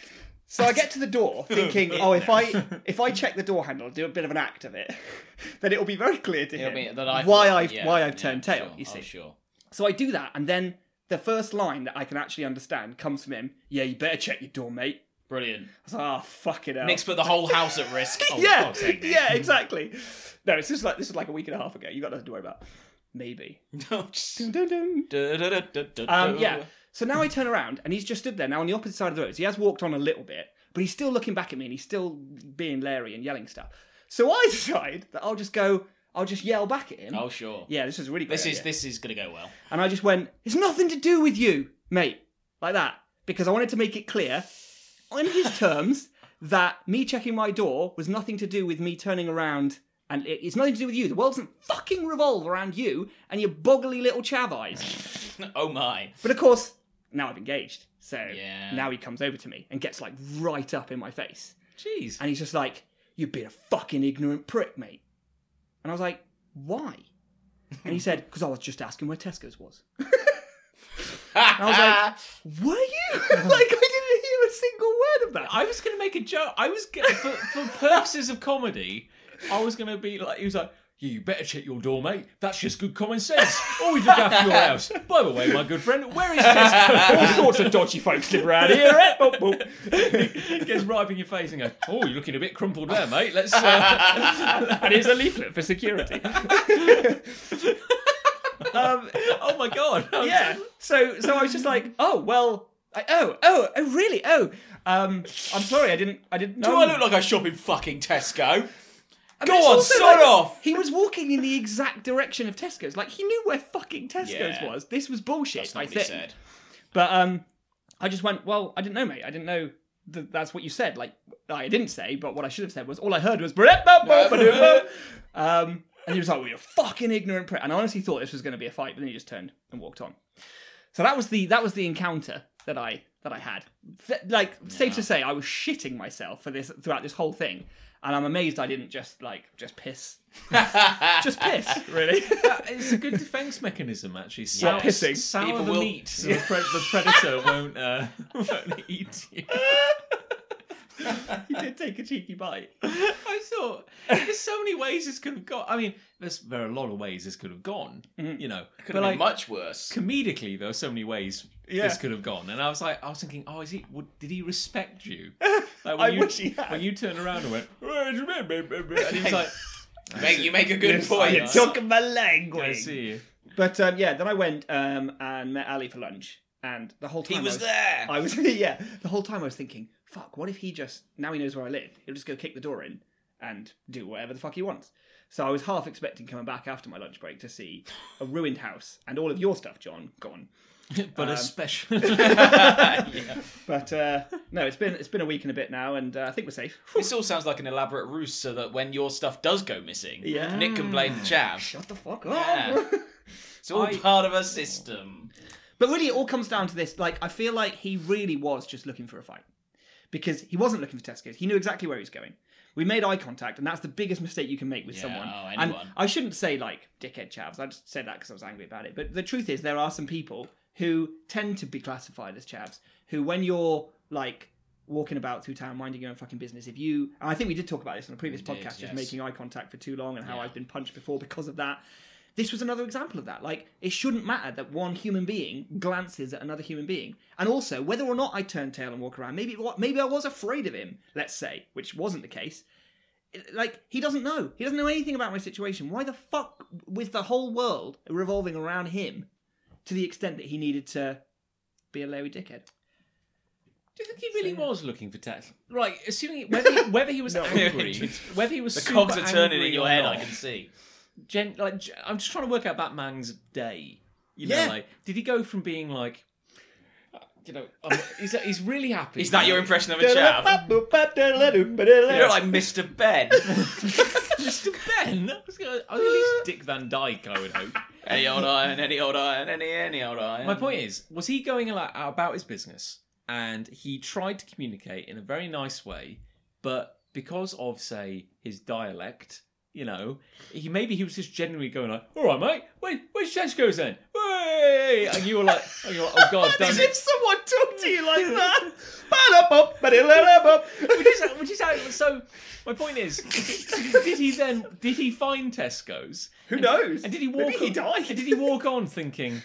Speaker 2: So I get to the door thinking, oh, if I if I check the door handle, do a bit of an act of it, then it'll be very clear to
Speaker 3: It'll
Speaker 2: him
Speaker 3: be that I've-
Speaker 2: why I've
Speaker 3: yeah,
Speaker 2: why I've
Speaker 3: yeah,
Speaker 2: turned tail.
Speaker 3: sure.
Speaker 2: You
Speaker 3: Oh,
Speaker 2: see,
Speaker 3: sure.
Speaker 2: so I do that, and then the first line that I can actually understand comes from him. Yeah, you better check your door, mate.
Speaker 3: Brilliant.
Speaker 2: I was like, oh, fucking hell.
Speaker 3: Nick's put the whole house at risk. Oh,
Speaker 2: yeah,
Speaker 3: God's sake, Nick.
Speaker 2: yeah, exactly. No, it's just like this is like a week and a half ago. You got nothing to worry about. Maybe.
Speaker 3: No, just-
Speaker 2: Dun, dun, dun. Um,
Speaker 3: Um,
Speaker 2: yeah. So now I turn around and he's just stood there now on the opposite side of the road. So he has walked on a little bit, but he's still looking back at me and he's still being Larry and yelling stuff. So I decide that I'll just go, I'll just yell back at him.
Speaker 3: Oh sure.
Speaker 2: Yeah, this is a really great
Speaker 3: This is
Speaker 2: idea.
Speaker 3: this is gonna go well.
Speaker 2: And I just went, it's nothing to do with you, mate. Like that. Because I wanted to make it clear on his terms that me checking my door was nothing to do with me turning around. And it- it's nothing to do with you. The world doesn't fucking revolve around you and your boggly little chav eyes.
Speaker 3: oh my.
Speaker 2: But of course, now I've engaged. So
Speaker 3: Yeah.
Speaker 2: now he comes over to me and gets like right up in my face.
Speaker 1: Jeez.
Speaker 2: And he's just like, You've been a fucking ignorant prick, mate. And I was like, Why? And he said, Because I was just asking where Tesco's was. was like- Were you? like, I didn't hear a single word of that.
Speaker 1: I was going to make a joke. I was gonna, for, for purposes of comedy. I was going to be like, he was like, Yeah, you better check your door, mate. That's just good common sense. Always look after your house. By the way, my good friend, where is Tesco?
Speaker 2: All sorts of dodgy folks live around here, eh? Boop, boop.
Speaker 1: It gets right up in your face and go, oh, you're looking a bit crumpled there, mate. Let's. Uh...
Speaker 2: and here's a leaflet for security.
Speaker 1: um, oh my god.
Speaker 2: yeah. So so I was just like, oh well. I, oh oh oh really? Oh, um, I'm sorry. I didn't I didn't know.
Speaker 3: Do I look like I shop in fucking Tesco?
Speaker 2: I mean,
Speaker 3: Go
Speaker 2: it's
Speaker 3: on,
Speaker 2: also
Speaker 3: sod
Speaker 2: like,
Speaker 3: off!
Speaker 2: He was walking in the exact direction of Tesco's. Like he knew where fucking Tesco's
Speaker 3: Yeah.
Speaker 2: was. This was bullshit.
Speaker 3: That's not
Speaker 2: I
Speaker 3: what he
Speaker 2: think.
Speaker 3: said.
Speaker 2: But um, I just went. Well, I didn't know, mate. I didn't know. That that's what you said. Like I didn't say, but what I should have said was all I heard was um, and he was like, "Well, you're fucking ignorant prick." And I honestly thought this was going to be a fight, but then he just turned and walked on. So that was the that was the encounter that I that I had. Th- like, safe to say, I was shitting myself for this throughout this whole thing, and I'm amazed I didn't just like just piss, just piss, really.
Speaker 1: It's a good defense mechanism, actually. Sour,
Speaker 2: pissing.
Speaker 1: sour
Speaker 3: People
Speaker 1: the
Speaker 3: will-
Speaker 1: meat so the, pre- the predator won't, uh, won't eat you.
Speaker 2: he did take a cheeky bite.
Speaker 1: I thought there's so many ways this could have gone. I mean, there's there are a lot of ways this could have gone. You know,
Speaker 3: Could
Speaker 1: but
Speaker 3: have
Speaker 1: like
Speaker 3: Mm-hmm. been much worse.
Speaker 1: comedically, there are so many ways
Speaker 2: Yeah.
Speaker 1: this could have gone. And I was like, I was thinking, oh, is he? Would, did he respect you? Like, when
Speaker 2: I
Speaker 1: you,
Speaker 2: wish he had.
Speaker 1: When you turned around and went, and he was like,
Speaker 3: Mate, you make a good
Speaker 1: Yes,
Speaker 3: point.
Speaker 1: I know.
Speaker 2: Took my
Speaker 1: I
Speaker 2: language.
Speaker 1: see you.
Speaker 2: But um, yeah, then I went um, and met Ali for lunch, and the whole time
Speaker 3: He
Speaker 2: I
Speaker 3: was there.
Speaker 2: I was yeah. The whole time I was thinking, fuck. What if he just now he knows where I live? He'll just go kick the door in and do whatever the fuck he wants. So I was half expecting coming back after my lunch break to see a ruined house and all of your stuff, John, gone.
Speaker 1: But
Speaker 2: Um,
Speaker 1: especially.
Speaker 3: Yeah.
Speaker 2: But uh, no, it's been it's been a week and a bit now, and uh, I think we're safe. Whew.
Speaker 3: This all sounds like an elaborate ruse so that when your stuff does go missing,
Speaker 2: Yeah.
Speaker 3: Nick can blame the chav.
Speaker 2: Shut the fuck up.
Speaker 3: Yeah. It's all part of a system.
Speaker 2: But really, it all comes down to this. Like, I feel like he really was just looking for a fight because he wasn't looking for Tesco's. He knew exactly where he was going. We made eye contact, and that's the biggest mistake you can make with
Speaker 3: Yeah,
Speaker 2: someone.
Speaker 3: oh,
Speaker 2: and
Speaker 3: anyone.
Speaker 2: I shouldn't say like dickhead chavs. I just said that because I was angry about it. But the truth is, there are some people who tend to be classified as chavs who, when you're like walking about through town, minding your own fucking business, if you, and I think we did talk about this on a previous
Speaker 3: did,
Speaker 2: podcast, just
Speaker 3: yes.
Speaker 2: making eye contact for too long and how
Speaker 3: Yeah.
Speaker 2: I've been punched before because of that this was another example of that. Like, it shouldn't matter that one human being glances at another human being. And also, whether or not I turn tail and walk around, maybe what maybe I was afraid of him, let's say, which wasn't the case. It- Like, he doesn't know. He doesn't know anything about my situation. Why the fuck was the whole world revolving around him to the extent that he needed to be a Larry dickhead?
Speaker 1: Do you think he really was looking for Tesco? Right, assuming whether he, whether he was angry, whether he was
Speaker 3: The
Speaker 1: super
Speaker 3: cogs are turning
Speaker 1: angry
Speaker 3: in your
Speaker 1: or
Speaker 3: head,
Speaker 1: not.
Speaker 3: I can see.
Speaker 1: Gen- like, gen- I'm just trying to work out Batman's day. You know,
Speaker 2: Yeah.
Speaker 1: like, did he go from being like, uh, you know, um, he's, he's really happy.
Speaker 3: Is that your impression of a chav? You're like Mr. Ben.
Speaker 1: Mr. Ben? I was, gonna, I was at least Dick Van Dyke, I would hope.
Speaker 3: any old iron, any old iron, any any old iron.
Speaker 1: My point is, was he going like, about his business and he tried to communicate in a very nice way, but because of, say, his dialect, you know, he maybe he was just genuinely going like, all right, mate, where, where's Tesco's then? Hey! And you were like, and you were like, oh, God,
Speaker 2: As
Speaker 1: don't
Speaker 2: if someone talked to you like that.
Speaker 1: which is which is how. So my point is, did he then? Did he find Tesco's?
Speaker 2: Who knows?
Speaker 1: And did he walk?
Speaker 2: Maybe he
Speaker 1: on,
Speaker 2: died.
Speaker 1: And did he walk on thinking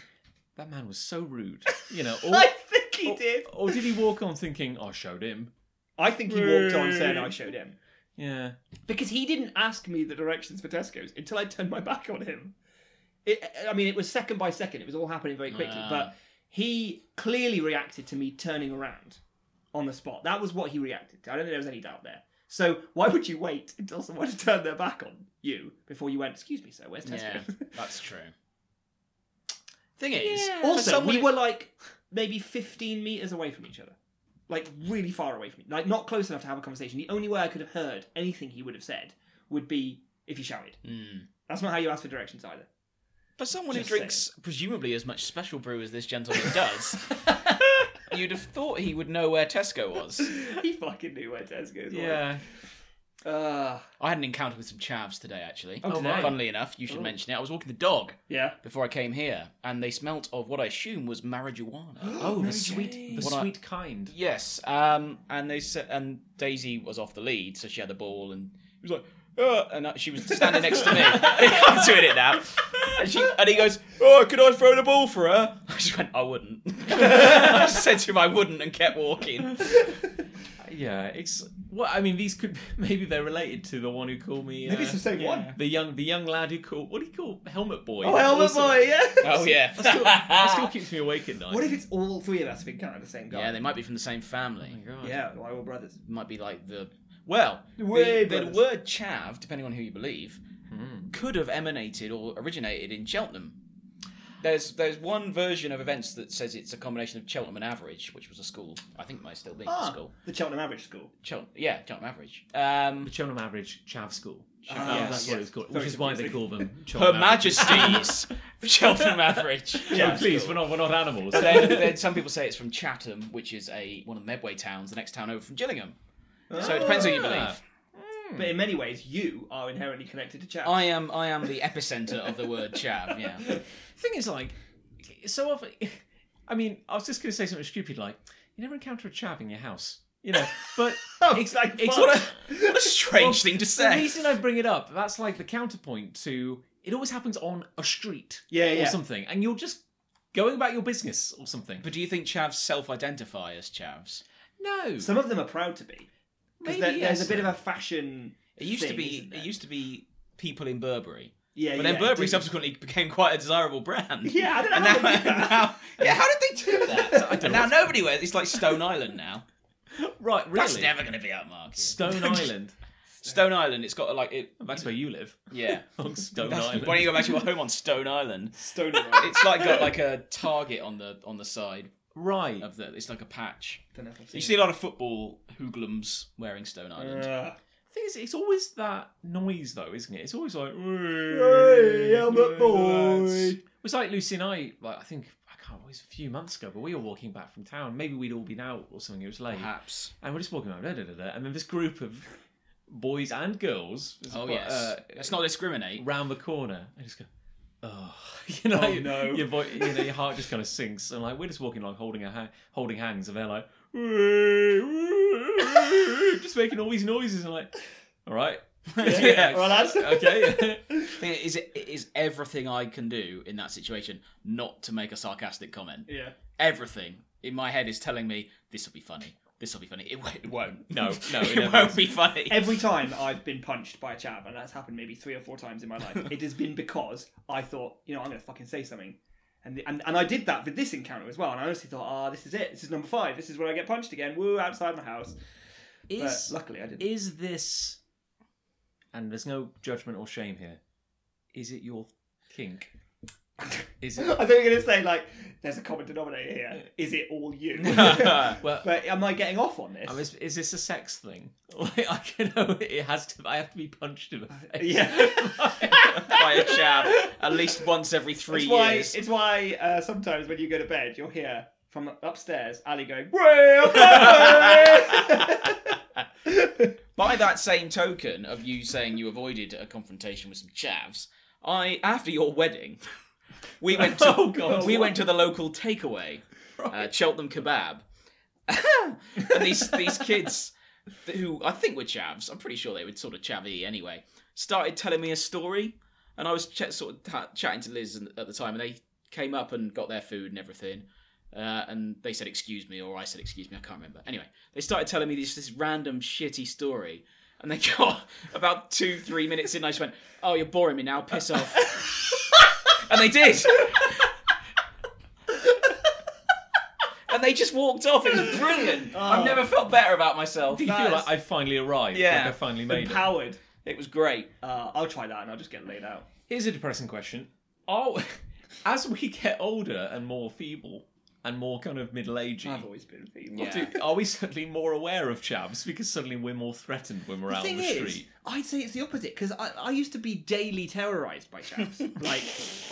Speaker 1: that man was so rude? You know, or,
Speaker 2: I think he
Speaker 1: or,
Speaker 2: did.
Speaker 1: or did he walk on thinking I showed him?
Speaker 2: Oh. I think he walked on saying I showed him.
Speaker 1: Yeah,
Speaker 2: Oh, Because he didn't ask me the directions for Tesco's until I turned my back on him. It, I mean, it was second by second. It was all happening very quickly.
Speaker 3: Ah.
Speaker 2: But he clearly reacted to me turning around on the spot. That was what he reacted to. I don't think there was any doubt there. So why would you wait until someone had turned their back on you before you went, excuse me, sir, where's
Speaker 3: Yeah,
Speaker 2: Tesco's?
Speaker 3: that's true. Thing is,
Speaker 1: Yeah.
Speaker 3: for
Speaker 2: also,
Speaker 3: someone
Speaker 2: we
Speaker 3: who-
Speaker 2: were like maybe 15 meters away from each other. Like really far away from me. Like not close enough to have a conversation. The only way I could have heard anything he would have said would be if he shouted.
Speaker 3: Hmm.
Speaker 2: That's not how you ask for directions either.
Speaker 3: For someone who
Speaker 2: Just
Speaker 3: drinks presumably as much special brew as this gentleman does, you'd have thought he would know where Tesco was.
Speaker 2: he fucking knew where Tesco's
Speaker 1: yeah.
Speaker 2: was. Uh,
Speaker 3: I had an encounter with some chavs today, actually.
Speaker 2: Oh, today?
Speaker 3: Funnily enough, you should
Speaker 2: Oh.
Speaker 3: mention it. I was walking the dog
Speaker 2: yeah.
Speaker 3: before I came here, and they smelt of what I assume was marijuana.
Speaker 1: Oh, the sweet, the
Speaker 3: What I-
Speaker 1: sweet kind.
Speaker 3: yes, um, and they said, and Daisy was off the lead, so she had the ball, and he was like, "Oh," and I- she was standing next to me. I'm doing it now. And, she, and he goes, "Oh, could I throw the ball for her?" I just went, "I wouldn't." I just said to him, "I wouldn't," and kept walking.
Speaker 2: Oh,
Speaker 1: Yeah, it's well. I mean, these could maybe they're related to the one who called me.
Speaker 2: Maybe
Speaker 1: uh,
Speaker 2: it's the same
Speaker 3: yeah.
Speaker 2: one.
Speaker 1: the young the young lad who called. What do you call helmet boy?
Speaker 2: Oh, Helmet
Speaker 1: Also-
Speaker 2: Boy, yeah.
Speaker 3: Oh yeah.
Speaker 1: That still, that still keeps me awake at night.
Speaker 2: What if it's all three of us thinking of the same guy?
Speaker 3: yeah, they might be from the same family.
Speaker 1: Oh my God.
Speaker 2: Yeah, why all brothers?
Speaker 3: might be like the well the,
Speaker 2: Way
Speaker 3: the
Speaker 2: brothers.
Speaker 3: word chav depending on who you believe
Speaker 1: Hmm.
Speaker 3: could have emanated or originated in cheltenham there's there's one version of events that says it's a combination of cheltenham and average which was a school i think it might still be a
Speaker 2: Ah,
Speaker 3: school
Speaker 2: the Cheltenham Average School.
Speaker 3: Chel- yeah cheltenham average um
Speaker 1: The Cheltenham Average Chav School.
Speaker 2: Ah,
Speaker 1: yeah,
Speaker 3: yes.
Speaker 1: that's what it's called,
Speaker 2: Very
Speaker 1: which is why they
Speaker 2: confusing.
Speaker 1: call them
Speaker 3: her
Speaker 1: Cheltenham Average.
Speaker 3: majesty's cheltenham average
Speaker 1: Oh,
Speaker 2: Yeah,
Speaker 1: please, we're not, we're not animals.
Speaker 3: But then, then some people say it's from chatham which is a one of the medway towns the next town over from gillingham so it depends who you believe
Speaker 2: Ah. But in many ways, you are inherently connected to Chad.
Speaker 3: i am i am the epicenter of the word chav yeah
Speaker 1: thing is, like, so often. I mean, I was just going to say something stupid, like you never encounter a chav in your house, you know. But
Speaker 2: it's like,
Speaker 1: it's
Speaker 2: fuck.
Speaker 1: Oh, what
Speaker 3: What a strange thing to
Speaker 1: the
Speaker 3: say.
Speaker 1: reason I bring it up, that's like the counterpoint to it always happens on a street
Speaker 2: Yeah,
Speaker 1: or
Speaker 2: yeah.
Speaker 1: something, and you're just going about your business or something.
Speaker 3: But do you think chavs self-identify as chavs?
Speaker 1: no,
Speaker 2: Some of them are proud to be.
Speaker 1: maybe
Speaker 2: Because there, there's a
Speaker 1: yes.
Speaker 2: bit of a fashion.
Speaker 3: It used to
Speaker 2: thing,
Speaker 3: be.
Speaker 2: isn't there?
Speaker 3: It used to be people in Burberry,
Speaker 2: yeah,
Speaker 3: but then
Speaker 2: yeah,
Speaker 3: Burberry
Speaker 2: it did.
Speaker 3: subsequently became quite a desirable brand.
Speaker 2: Yeah, I don't know.
Speaker 3: And
Speaker 2: how
Speaker 3: now,
Speaker 2: they did that.
Speaker 3: now- yeah, how did they do that?
Speaker 2: I don't
Speaker 3: and now nobody wears. It's like Stone Island now.
Speaker 1: right, really.
Speaker 3: That's never going to be upmarket.
Speaker 1: Stone Island.
Speaker 3: Stone Island. It's got a, like it.
Speaker 1: That's where you live.
Speaker 3: Yeah.
Speaker 1: On Stone
Speaker 3: That's-
Speaker 1: Island.
Speaker 3: Why don't you go back to your home on Stone Island?
Speaker 2: Stone Island.
Speaker 3: It's like got like a target on the on the side
Speaker 1: Right.
Speaker 3: of the. It's like a patch.
Speaker 2: Don't know if I've seen
Speaker 3: You
Speaker 2: it.
Speaker 3: see a lot of football hooglums wearing Stone Island.
Speaker 2: Uh,
Speaker 1: thing is, it's always that noise, though, isn't it? It's always like,
Speaker 2: Hey, I'm a boy.
Speaker 1: It was like Lucy and I, like, I think, I can't remember, it was a few months ago, but we were walking back from town. Maybe we'd all been out or something, it was late.
Speaker 2: Uh-huh.
Speaker 3: Perhaps.
Speaker 1: And we're just walking around, da, da, da, da, and then this group of boys and girls was,
Speaker 3: Oh
Speaker 1: uh,
Speaker 3: yes. Let's not discriminate.
Speaker 1: round the corner. I just go, oh, you know,
Speaker 2: Oh,
Speaker 1: you-
Speaker 2: no.
Speaker 1: your voice, you know, your heart just kind of sinks. And like we're just walking along, holding our ha- holding hands, and they're like, just making all these noises, and like, all right,
Speaker 2: Yeah, well, that's-
Speaker 1: okay.
Speaker 3: Thing is, it it is everything I can do in that situation not to make a sarcastic comment.
Speaker 2: yeah.
Speaker 3: Everything in my head is telling me this will be funny. This will be funny. It, w- it won't.
Speaker 1: No, no, it
Speaker 3: it,
Speaker 1: never
Speaker 3: won't
Speaker 1: is.
Speaker 3: be funny.
Speaker 2: Every time I've been punched by a chav, and that's happened maybe three or four times in my life, it has been because I thought, you know, I'm going to fucking say something. And, the, and and I did that with this encounter as well. And I honestly thought, ah, this is it. This is number five. This is where I get punched again. Woo, outside my house. But
Speaker 1: is
Speaker 2: luckily, I didn't.
Speaker 1: is this? And there's no judgment or shame here. Is it your kink? Is
Speaker 2: I
Speaker 1: it?
Speaker 2: thought you were going to say, like, there's a common denominator here. Is it all you?
Speaker 1: Well,
Speaker 2: but am I getting off on this?
Speaker 1: I was, is this a sex thing? Like, I can, it has to. I have to be punched in the face.
Speaker 2: yeah.
Speaker 3: By a chav at least once every three
Speaker 2: it's why,
Speaker 3: years.
Speaker 2: It's why uh, sometimes when you go to bed, you'll hear from upstairs Ali going, "Well, well."
Speaker 3: By that same token of you saying you avoided a confrontation with some chavs, I after your wedding, we went to
Speaker 1: Oh, God.
Speaker 3: we went to the local takeaway, uh, Cheltenham kebab, and these these kids th- who I think were chavs, I'm pretty sure they were sort of chavvy anyway, started telling me a story, and I was ch- sort of ta chatting to Liz and- at the time, and they came up and got their food and everything. Uh, and they said, "Excuse me," or I said, "Excuse me," I can't remember. Anyway, they started telling me this this random shitty story, and they got about two, three minutes in. And I just went, "Oh, you're boring me now. Piss off." and they did. and they just walked off. It was brilliant. I've never felt better about myself.
Speaker 1: Do you feel like I finally arrived?
Speaker 3: Yeah.
Speaker 1: Like I finally made it.
Speaker 2: Empowered.
Speaker 3: It was great.
Speaker 2: Uh, I'll try that, and I'll just get laid out.
Speaker 1: Here's a depressing question. Oh, as we get older and more feeble and more kind of middle
Speaker 2: I've
Speaker 1: agey,
Speaker 2: always been feeling.
Speaker 3: Yeah.
Speaker 1: do- are we suddenly more aware of chavs because suddenly we're more threatened when we're
Speaker 2: The
Speaker 1: out on
Speaker 2: thing
Speaker 1: the
Speaker 2: is,
Speaker 1: street?
Speaker 2: I'd say it's the opposite because I, I used to be daily terrorized by chavs. like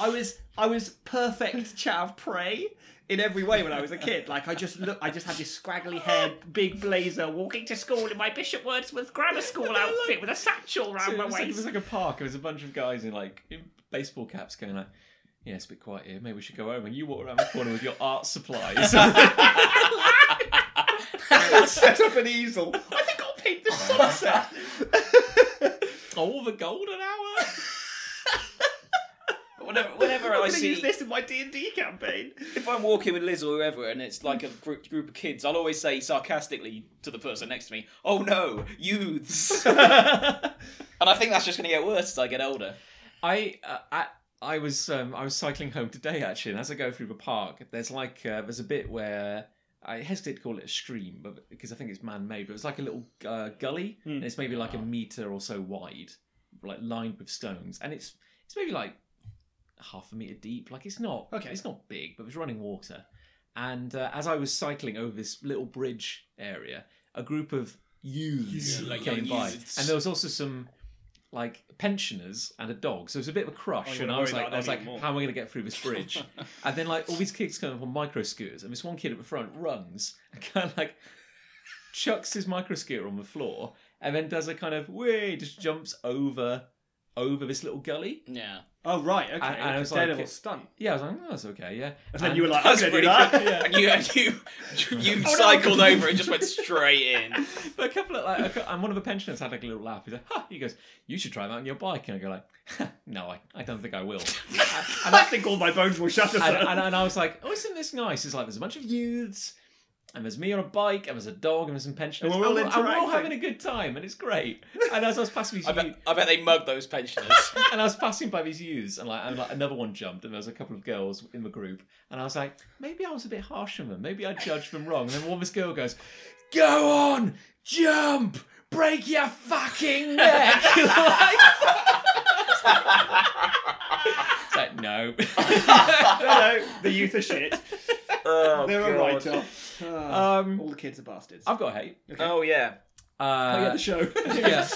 Speaker 2: I was, I was perfect chav prey in every way when I was a kid. Like I just look, I just had this scraggly haired, big blazer, walking to school in my Bishop Wordsworth Grammar School outfit with a satchel round
Speaker 1: It
Speaker 2: my
Speaker 1: was, like, it
Speaker 2: waist.
Speaker 1: was like a park. There was a bunch of guys in like in baseball caps going like, "Yeah, it's a bit quiet here. Maybe we should go home." And you walk around the corner with your art supplies.
Speaker 3: E
Speaker 2: set up an easel. I think I'll paint the sunset.
Speaker 1: all the gold an hour?
Speaker 3: Whenever, whenever
Speaker 2: I'm
Speaker 3: I
Speaker 2: going to
Speaker 3: see,
Speaker 2: use this in my D and D campaign.
Speaker 3: if I'm walking with Liz or whoever, and it's like a group, group of kids, I'll always say sarcastically to the person next to me, "Oh no, youths." and I think that's just going to get worse as I get older.
Speaker 1: I, uh, I I was um, I was cycling home today actually, and as I go through the park, there's like uh, there's a bit where I hesitate to call it a stream, but because I think it's man-made, but it's like a little uh, gully,
Speaker 2: Hmm.
Speaker 1: and it's maybe like a meter or so wide, like lined with stones, and it's it's maybe like half a meter deep. Like it's not
Speaker 2: Okay.
Speaker 1: it's not big, but it's running water. And uh, as I was cycling over this little bridge area, a group of youths
Speaker 3: Yeah, like
Speaker 1: came
Speaker 3: young
Speaker 1: by,
Speaker 3: youths.
Speaker 1: and there was also some like pensioners and a dog. So it was a bit of a
Speaker 2: Oh,
Speaker 1: crush,
Speaker 2: you
Speaker 1: and I
Speaker 2: wouldn't
Speaker 1: was
Speaker 2: worry
Speaker 1: like,
Speaker 2: about
Speaker 1: I was
Speaker 2: them
Speaker 1: like,
Speaker 2: anymore.
Speaker 1: how am I going to get through this bridge? and then like all these kids come up on micro scooters, and this one kid at the front runs and kind of like chucks his micro scooter on the floor, and then does a kind of way, just jumps over over this little gully.
Speaker 3: Yeah,
Speaker 2: Oh right, okay.
Speaker 1: And- and I
Speaker 2: like
Speaker 1: was
Speaker 2: a
Speaker 1: like-
Speaker 2: Daredevil stunt.
Speaker 1: Yeah, I was like, oh, that's okay, yeah.
Speaker 2: And then
Speaker 1: And-
Speaker 2: you were like, I'm going to do that. Yeah.
Speaker 3: and you and you
Speaker 1: Oh,
Speaker 3: you
Speaker 2: no.
Speaker 3: cycled over and just went straight in.
Speaker 1: But a couple of like, a cou- and one of the pensioners had like a little laugh. He's like, ha, he goes, you should try that on your bike. And I go like, "Ha, no, I, I don't think I will.
Speaker 2: And I think all my bones will shatter.
Speaker 1: and,
Speaker 2: sir.
Speaker 1: and, and I was like, oh, isn't this nice? It's like there's a bunch of youths, and there's me on a bike, and there's a dog, and there's some pensioners,
Speaker 2: And we're all
Speaker 1: we're all
Speaker 2: interacting.
Speaker 1: having a good time, and it's great. And as I was passing these
Speaker 3: I
Speaker 1: youths,
Speaker 3: bet, I bet they mugged those pensioners.
Speaker 1: and I was passing by these youths, and like, and like another one jumped, and there was a couple of girls in the group, and I was like, maybe I was a bit harsh on them, maybe I judged them wrong. And then one this girl goes, "Go on, jump, break your fucking neck!" Like- It's like no.
Speaker 2: no, no, the youth are shit.
Speaker 3: oh,
Speaker 2: They're a write off.
Speaker 1: um,
Speaker 2: all the kids are bastards.
Speaker 1: I've got hate.
Speaker 3: Oh yeah.
Speaker 1: Uh,
Speaker 2: oh, yeah, the show.
Speaker 1: yeah.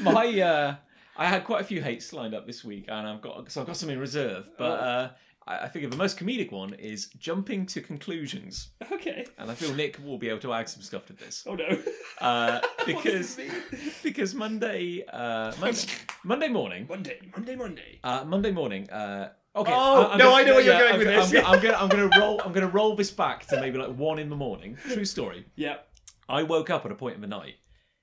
Speaker 1: My uh, I had quite a few hates lined up this week, and I've got so I've got some in reserve.
Speaker 3: Oh.
Speaker 1: But uh, I, I figure the most comedic one is jumping to conclusions,
Speaker 2: okay.
Speaker 1: and I feel Nick will be able to add some stuff to this
Speaker 2: Oh no.
Speaker 1: uh,
Speaker 2: What does
Speaker 1: because
Speaker 2: this mean?
Speaker 1: because Monday uh, Monday, Monday morning
Speaker 2: Monday, Monday, Monday.
Speaker 1: uh, Monday morning. Uh, Okay.
Speaker 2: Oh,
Speaker 1: I- I'm
Speaker 2: no,
Speaker 1: gonna-
Speaker 2: I know where you're going
Speaker 1: I'm
Speaker 2: with
Speaker 1: gonna-
Speaker 2: this.
Speaker 1: I'm gonna- I'm gonna, I'm gonna roll. I'm gonna roll this back to maybe like one in the morning. True story.
Speaker 2: Yeah.
Speaker 1: I woke up at a point in the night,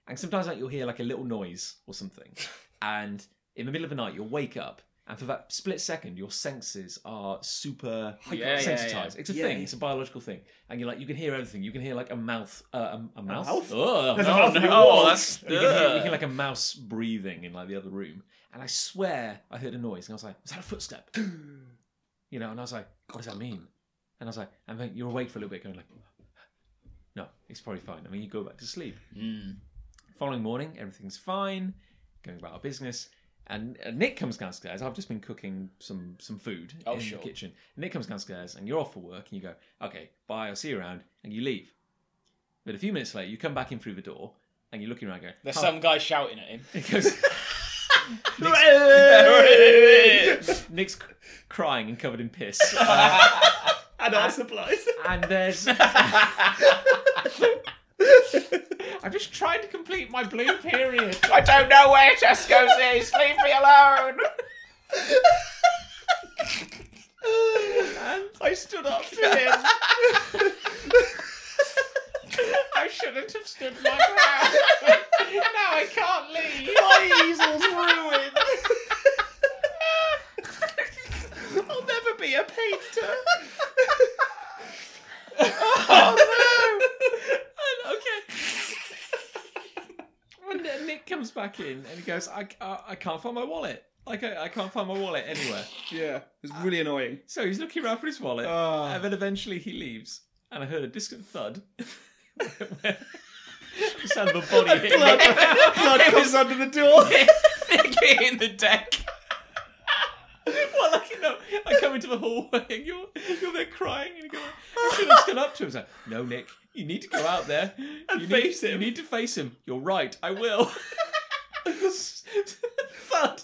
Speaker 1: and sometimes like you'll hear like a little noise or something, and in the middle of the night you'll wake up, and for that split second your senses are super
Speaker 3: Yeah, yeah,
Speaker 1: sensitized.
Speaker 3: yeah.
Speaker 1: It's a
Speaker 2: Oh, Yeah.
Speaker 1: thing. It's a biological thing, and you're like you can hear everything. You can hear like a mouth, uh, a, a mouse.
Speaker 2: mouth?
Speaker 1: Ugh,
Speaker 2: There's a
Speaker 1: no,
Speaker 2: mouth
Speaker 1: no.
Speaker 2: in the wall.
Speaker 1: Oh, that's you can, hear, you hear, like a mouse breathing in like the other room, and I swear I heard a noise, and I was like, was that a footstep? You know, and I was like, what does that mean? And I was like, and then you're awake for a little bit, going like, no, it's probably fine. I mean, you go back to sleep.
Speaker 3: Mm.
Speaker 1: Following morning, everything's fine, going about our business. And uh, Nick comes downstairs. I've just been cooking some some food
Speaker 3: Oh,
Speaker 1: in
Speaker 3: sure.
Speaker 1: the kitchen. Nick comes downstairs, and you're off for work. And you go, okay, bye. I'll see you around, and you leave. But a few minutes later, you come back in through the door, and "Oh, you're looking around, going,
Speaker 3: There's
Speaker 1: "Huh."
Speaker 3: some guy shouting at him.
Speaker 1: It goes- Nick's c- crying and covered in piss. Uh,
Speaker 2: And our supplies.
Speaker 1: and there's I'm just trying to complete my blue period.
Speaker 3: I don't know where Tesco's is. Leave me alone.
Speaker 1: And
Speaker 2: I stood up to him.
Speaker 1: I shouldn't have stood my ground. now I can't leave.
Speaker 2: My easel's ruined. I'll never be a painter.
Speaker 1: Oh no! And, okay. When uh, Nick comes back in and he goes, I, I, I can't find my wallet. Like, I, I can't find my wallet anywhere.
Speaker 2: Yeah, it was
Speaker 1: Uh,
Speaker 2: really annoying.
Speaker 1: So he's looking around for his wallet,
Speaker 2: Ah.
Speaker 1: and then eventually he leaves. And I heard a distant thud. the sound of a body hitting
Speaker 2: Blood,
Speaker 1: the-
Speaker 2: blood comes under the door.
Speaker 3: Nicky in the deck.
Speaker 1: Well, like, you know, I come into the hallway and you're, you're there crying and you go, I should have stood up to him. It's like, no, Nick, you need to go out there. And you
Speaker 2: face
Speaker 1: need,
Speaker 2: him.
Speaker 1: You need to face him. You're right, I will. Thud.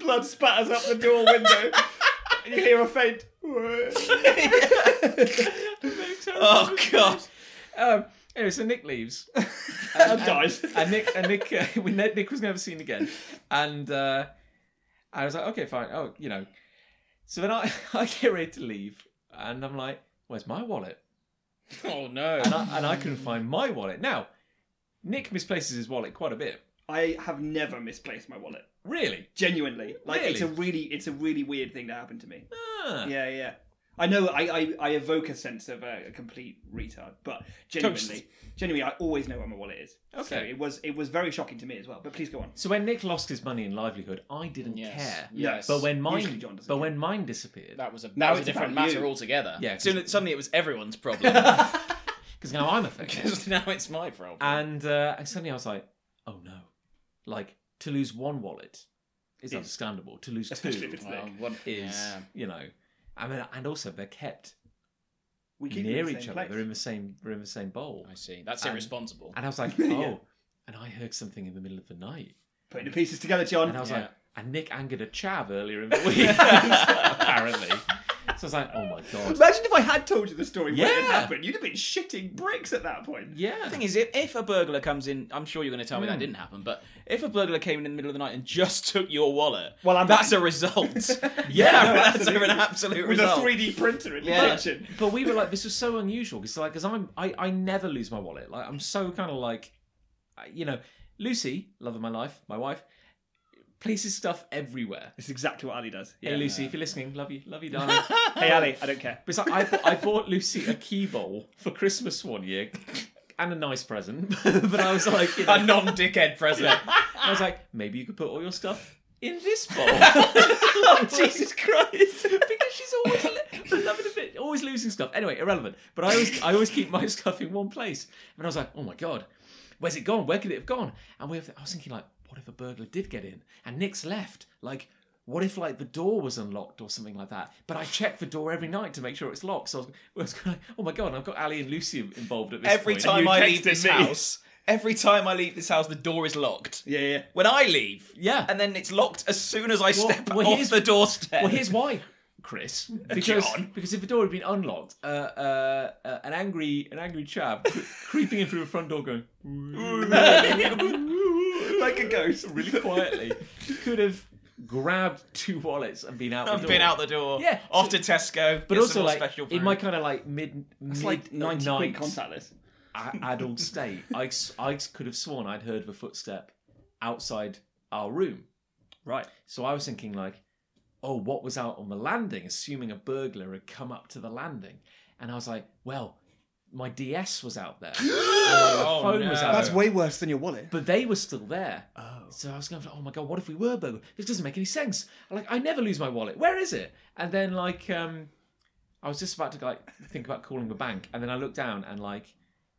Speaker 2: Blood spatters up the door window. and you hear a faint.
Speaker 3: Oh god.
Speaker 1: Um, anyway, so Nick leaves. and,
Speaker 2: And dies.
Speaker 1: And Nick, and Nick, uh, we ne- Nick was never seen again. And uh, I was like, okay, fine. Oh, you know. So then I, I get ready to leave, and I'm like, where's my wallet?
Speaker 3: Oh no.
Speaker 1: And I, and I couldn't find my wallet. Now, Nick misplaces his wallet quite a bit.
Speaker 2: I have never misplaced my wallet.
Speaker 1: Really?
Speaker 2: Genuinely, like it's a
Speaker 1: Really?
Speaker 2: really, it's a really weird thing that happened to me.
Speaker 1: Ah.
Speaker 2: Yeah, yeah. I know I, I, I evoke a sense of a, a complete retard, but genuinely, genuinely, I always know where my wallet is. So
Speaker 1: Okay.
Speaker 2: it was it was very shocking to me as well. But please go on.
Speaker 1: So when Nick lost his money and livelihood, I didn't
Speaker 3: Yes.
Speaker 1: care.
Speaker 3: Yes.
Speaker 1: But when
Speaker 2: Usually
Speaker 1: mine,
Speaker 2: John doesn't
Speaker 1: but
Speaker 2: care.
Speaker 1: when mine disappeared,
Speaker 3: that was a, that
Speaker 2: Now
Speaker 3: was a
Speaker 2: it's
Speaker 3: different
Speaker 2: about
Speaker 3: matter
Speaker 2: you.
Speaker 3: altogether.
Speaker 1: Yeah, 'cause-
Speaker 3: Soon, suddenly it was everyone's problem.
Speaker 1: because now I'm affected,
Speaker 3: Because now it's my problem.
Speaker 1: and, uh, and suddenly I was like, oh no, like to lose one wallet is understandable. To lose
Speaker 2: Especially if
Speaker 1: two
Speaker 2: it's
Speaker 3: Well,
Speaker 2: Nick.
Speaker 3: what
Speaker 1: is,
Speaker 3: yeah.
Speaker 1: you know, I mean, and also they're kept
Speaker 2: We keep
Speaker 1: near
Speaker 2: them in the
Speaker 1: each
Speaker 2: same
Speaker 1: other. They're
Speaker 2: place.
Speaker 1: in the same, they're in the same bowl.
Speaker 3: I see. That's
Speaker 1: And-
Speaker 3: irresponsible.
Speaker 1: And I was like, oh,
Speaker 2: Yeah.
Speaker 1: and I heard something in the middle of the night.
Speaker 2: Putting the pieces together, John.
Speaker 1: And I was
Speaker 3: Yeah.
Speaker 1: like, and Nick angered a chav earlier in the week, apparently. So I was like, oh my god.
Speaker 2: Imagine if I had told you the story when it
Speaker 1: Yeah.
Speaker 2: happened. You'd have been shitting bricks at that point.
Speaker 1: Yeah.
Speaker 3: The thing is, if, if a burglar comes in, I'm sure you're going to tell me
Speaker 2: Hmm.
Speaker 3: that didn't happen, but if a burglar came in in the middle of the night and just took your wallet,
Speaker 2: Well, I'm
Speaker 3: that's
Speaker 2: back.
Speaker 3: a result.
Speaker 1: Yeah,
Speaker 3: no, that's
Speaker 2: absolutely.
Speaker 3: an absolute
Speaker 2: With
Speaker 3: result.
Speaker 2: a 3D printer in
Speaker 3: Yeah.
Speaker 2: the kitchen.
Speaker 1: but we were like, this was so unusual because like, because I'm I, I never lose my wallet. Like I'm so kind of like, I- you know, Lucy, love of my life, my wife, places stuff everywhere.
Speaker 2: It's exactly what Ali does.
Speaker 1: hey Lucy, if you're listening, love you, love you, darling.
Speaker 2: Hey Ali, I don't care.
Speaker 1: But it's like, I, I bought Lucy a key bowl for Christmas one year and a nice present, but I was like, you know,
Speaker 3: a non dickhead present.
Speaker 1: I was like, maybe you could put all your stuff in this bowl. Jesus Christ! because she's always li- loving a bit, always losing stuff. Anyway, irrelevant. But I always, I always keep my stuff in one place. And I was like, oh my god, where's it gone? Where could it have gone? And we, I was thinking like, what if a burglar did get in and Nick's left? Like. What if like the door was unlocked or something like that? But I check the door every night to make sure it's locked. So I was, I was kind of like, oh my god, I've got Ali and Lucy involved at this
Speaker 3: Every
Speaker 1: point.
Speaker 3: time
Speaker 2: you
Speaker 3: I leave
Speaker 2: texted
Speaker 3: this
Speaker 2: me.
Speaker 3: house, every time I leave this house, the door is locked.
Speaker 2: Yeah, yeah.
Speaker 3: When I leave,
Speaker 1: Yeah.
Speaker 3: and then it's locked as soon as I step
Speaker 1: well,
Speaker 3: off
Speaker 1: here's-
Speaker 3: the doorstep.
Speaker 1: Well, here's why, Chris. Because
Speaker 3: John.
Speaker 1: because if the door had been unlocked, uh, uh, uh, an angry an angry chap cre- creeping in through the front door, going
Speaker 2: Like a ghost.
Speaker 1: really quietly, could have grabbed two wallets and been out. The
Speaker 3: I've
Speaker 1: door.
Speaker 3: been out the door.
Speaker 1: Yeah,
Speaker 3: off
Speaker 1: so-
Speaker 3: to Tesco.
Speaker 1: But
Speaker 3: get some
Speaker 1: also,
Speaker 3: more
Speaker 1: like
Speaker 3: special
Speaker 1: in
Speaker 3: food.
Speaker 1: my kind of like mid
Speaker 2: It's
Speaker 1: mid
Speaker 2: like 90 quid
Speaker 1: night
Speaker 2: contactless.
Speaker 1: a- adult state, I s- I could have sworn I'd heard the footstep outside our room.
Speaker 2: Right.
Speaker 1: So I was thinking like, oh, what was out on the landing? Assuming a burglar had come up to the landing, and I was like, well, my DS was out there, and my
Speaker 3: Oh,
Speaker 1: phone
Speaker 3: no.
Speaker 1: was out
Speaker 3: That's
Speaker 1: there,
Speaker 2: way worse than your wallet.
Speaker 1: but they were still there. Oh. So I was going, oh my god, what if we were burglar? This doesn't make any sense. Like I never lose my wallet. Where is it? And then like, um, I was just about to like think about calling the bank, and then I looked down and like,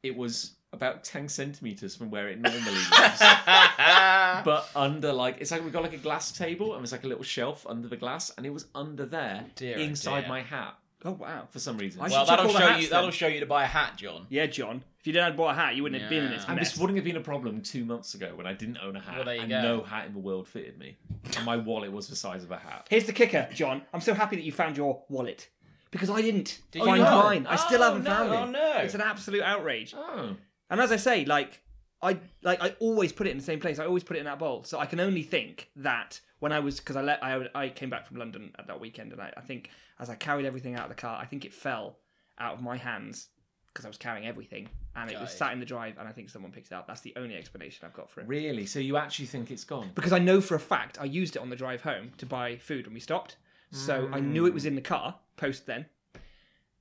Speaker 1: it was about ten centimeters from where it normally lives but under like it's like we got like a glass table and there's like a little shelf under the glass and it was under there
Speaker 3: Dear, oh
Speaker 1: inside
Speaker 3: dear.
Speaker 1: my hat
Speaker 2: Oh, wow.
Speaker 1: for some reason.
Speaker 2: I
Speaker 3: well,
Speaker 2: should check
Speaker 3: that'll
Speaker 2: all the
Speaker 3: show
Speaker 2: hats
Speaker 3: you.
Speaker 2: then.
Speaker 3: That'll show you to buy a hat, John.
Speaker 2: Yeah, John. If you didn't have bought a hat, you wouldn't have been in this
Speaker 3: Yeah.
Speaker 1: and
Speaker 2: mess.
Speaker 1: this wouldn't have been a problem two months ago when I didn't own a hat
Speaker 3: Well, there you
Speaker 1: and
Speaker 3: go.
Speaker 1: no hat in the world fitted me. And my wallet was the size of a hat.
Speaker 2: Here's the kicker, John. I'm so happy that you found your wallet. Because I didn't
Speaker 3: you
Speaker 2: find
Speaker 3: not?
Speaker 2: mine. I still
Speaker 1: Oh,
Speaker 2: haven't
Speaker 1: no,
Speaker 2: found it.
Speaker 3: oh, no.
Speaker 2: It's an absolute outrage.
Speaker 1: Oh.
Speaker 2: And as I say, like I like I always put it in the same place. I always put it in that bowl. So I can only think that when I was because I let I I came back from London at that weekend, and I, I think as I carried everything out of the car, I think it fell out of my hands because I was carrying everything, and it was
Speaker 3: Right.
Speaker 2: sat in the drive, and I think someone picked it up. That's the only explanation I've got for it.
Speaker 1: Really? So you actually think it's gone?
Speaker 2: Because I know for a fact I used it on the drive home to buy food when we stopped, so I knew it was in the car post then,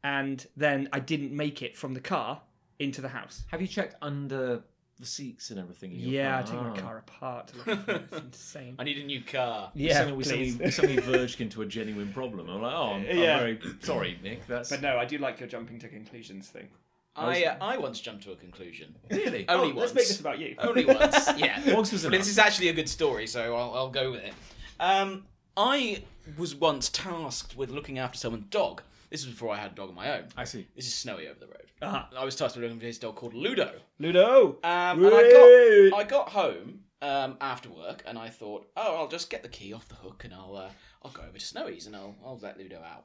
Speaker 2: and then I didn't make it from the car into the house.
Speaker 1: Have you checked under the seats and everything? In your
Speaker 2: Yeah, I
Speaker 1: car?
Speaker 2: took my
Speaker 1: Oh.
Speaker 2: car apart. To look for it. It's insane.
Speaker 3: I need a new car.
Speaker 1: We
Speaker 2: Yeah,
Speaker 1: suddenly, we
Speaker 2: please.
Speaker 1: suddenly, we suddenly verged into a genuine problem. I'm like, oh, I'm, I'm
Speaker 2: Yeah.
Speaker 1: very sorry, Nick. That's
Speaker 2: But no, I do like your jumping to conclusions thing.
Speaker 3: I uh, I once jumped to a conclusion.
Speaker 1: really.
Speaker 3: Only
Speaker 2: Oh,
Speaker 3: once.
Speaker 2: Let's make this about you.
Speaker 3: Only once. Yeah.
Speaker 1: Once was
Speaker 3: But
Speaker 1: enough.
Speaker 3: this is actually a good story, so I'll, I'll go with it. Um, I was once tasked with looking after someone's dog. This was before I had a dog of my own.
Speaker 1: I see.
Speaker 3: This is Snowy over the road.
Speaker 2: Uh-huh.
Speaker 3: I was tasked with looking after his dog called Ludo.
Speaker 2: Ludo.
Speaker 3: Um, and I got I got home um, after work, and I thought, oh, I'll just get the key off the hook, and I'll uh, I'll go over to Snowy's, and I'll I'll let Ludo out.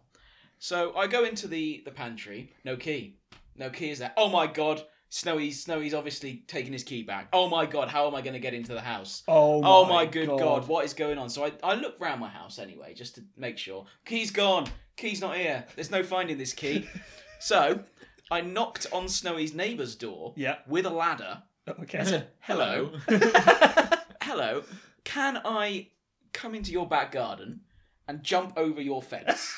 Speaker 3: So I go into the the pantry. No key. No key is there. Oh my god. Snowy's Snowy's obviously taken his key back. Oh my god, how am I going to get into the house?
Speaker 2: Oh
Speaker 3: Oh my
Speaker 2: my
Speaker 3: good god.
Speaker 2: God.
Speaker 3: what is going on? So I, I look round my house anyway, just to make sure. Key's gone. Key's not here. There's no finding this key. so I knocked on Snowy's neighbour's door
Speaker 2: Yeah.
Speaker 3: with a ladder
Speaker 2: Okay.
Speaker 3: Hello. Hello. Can I come into your back garden and jump over your fence?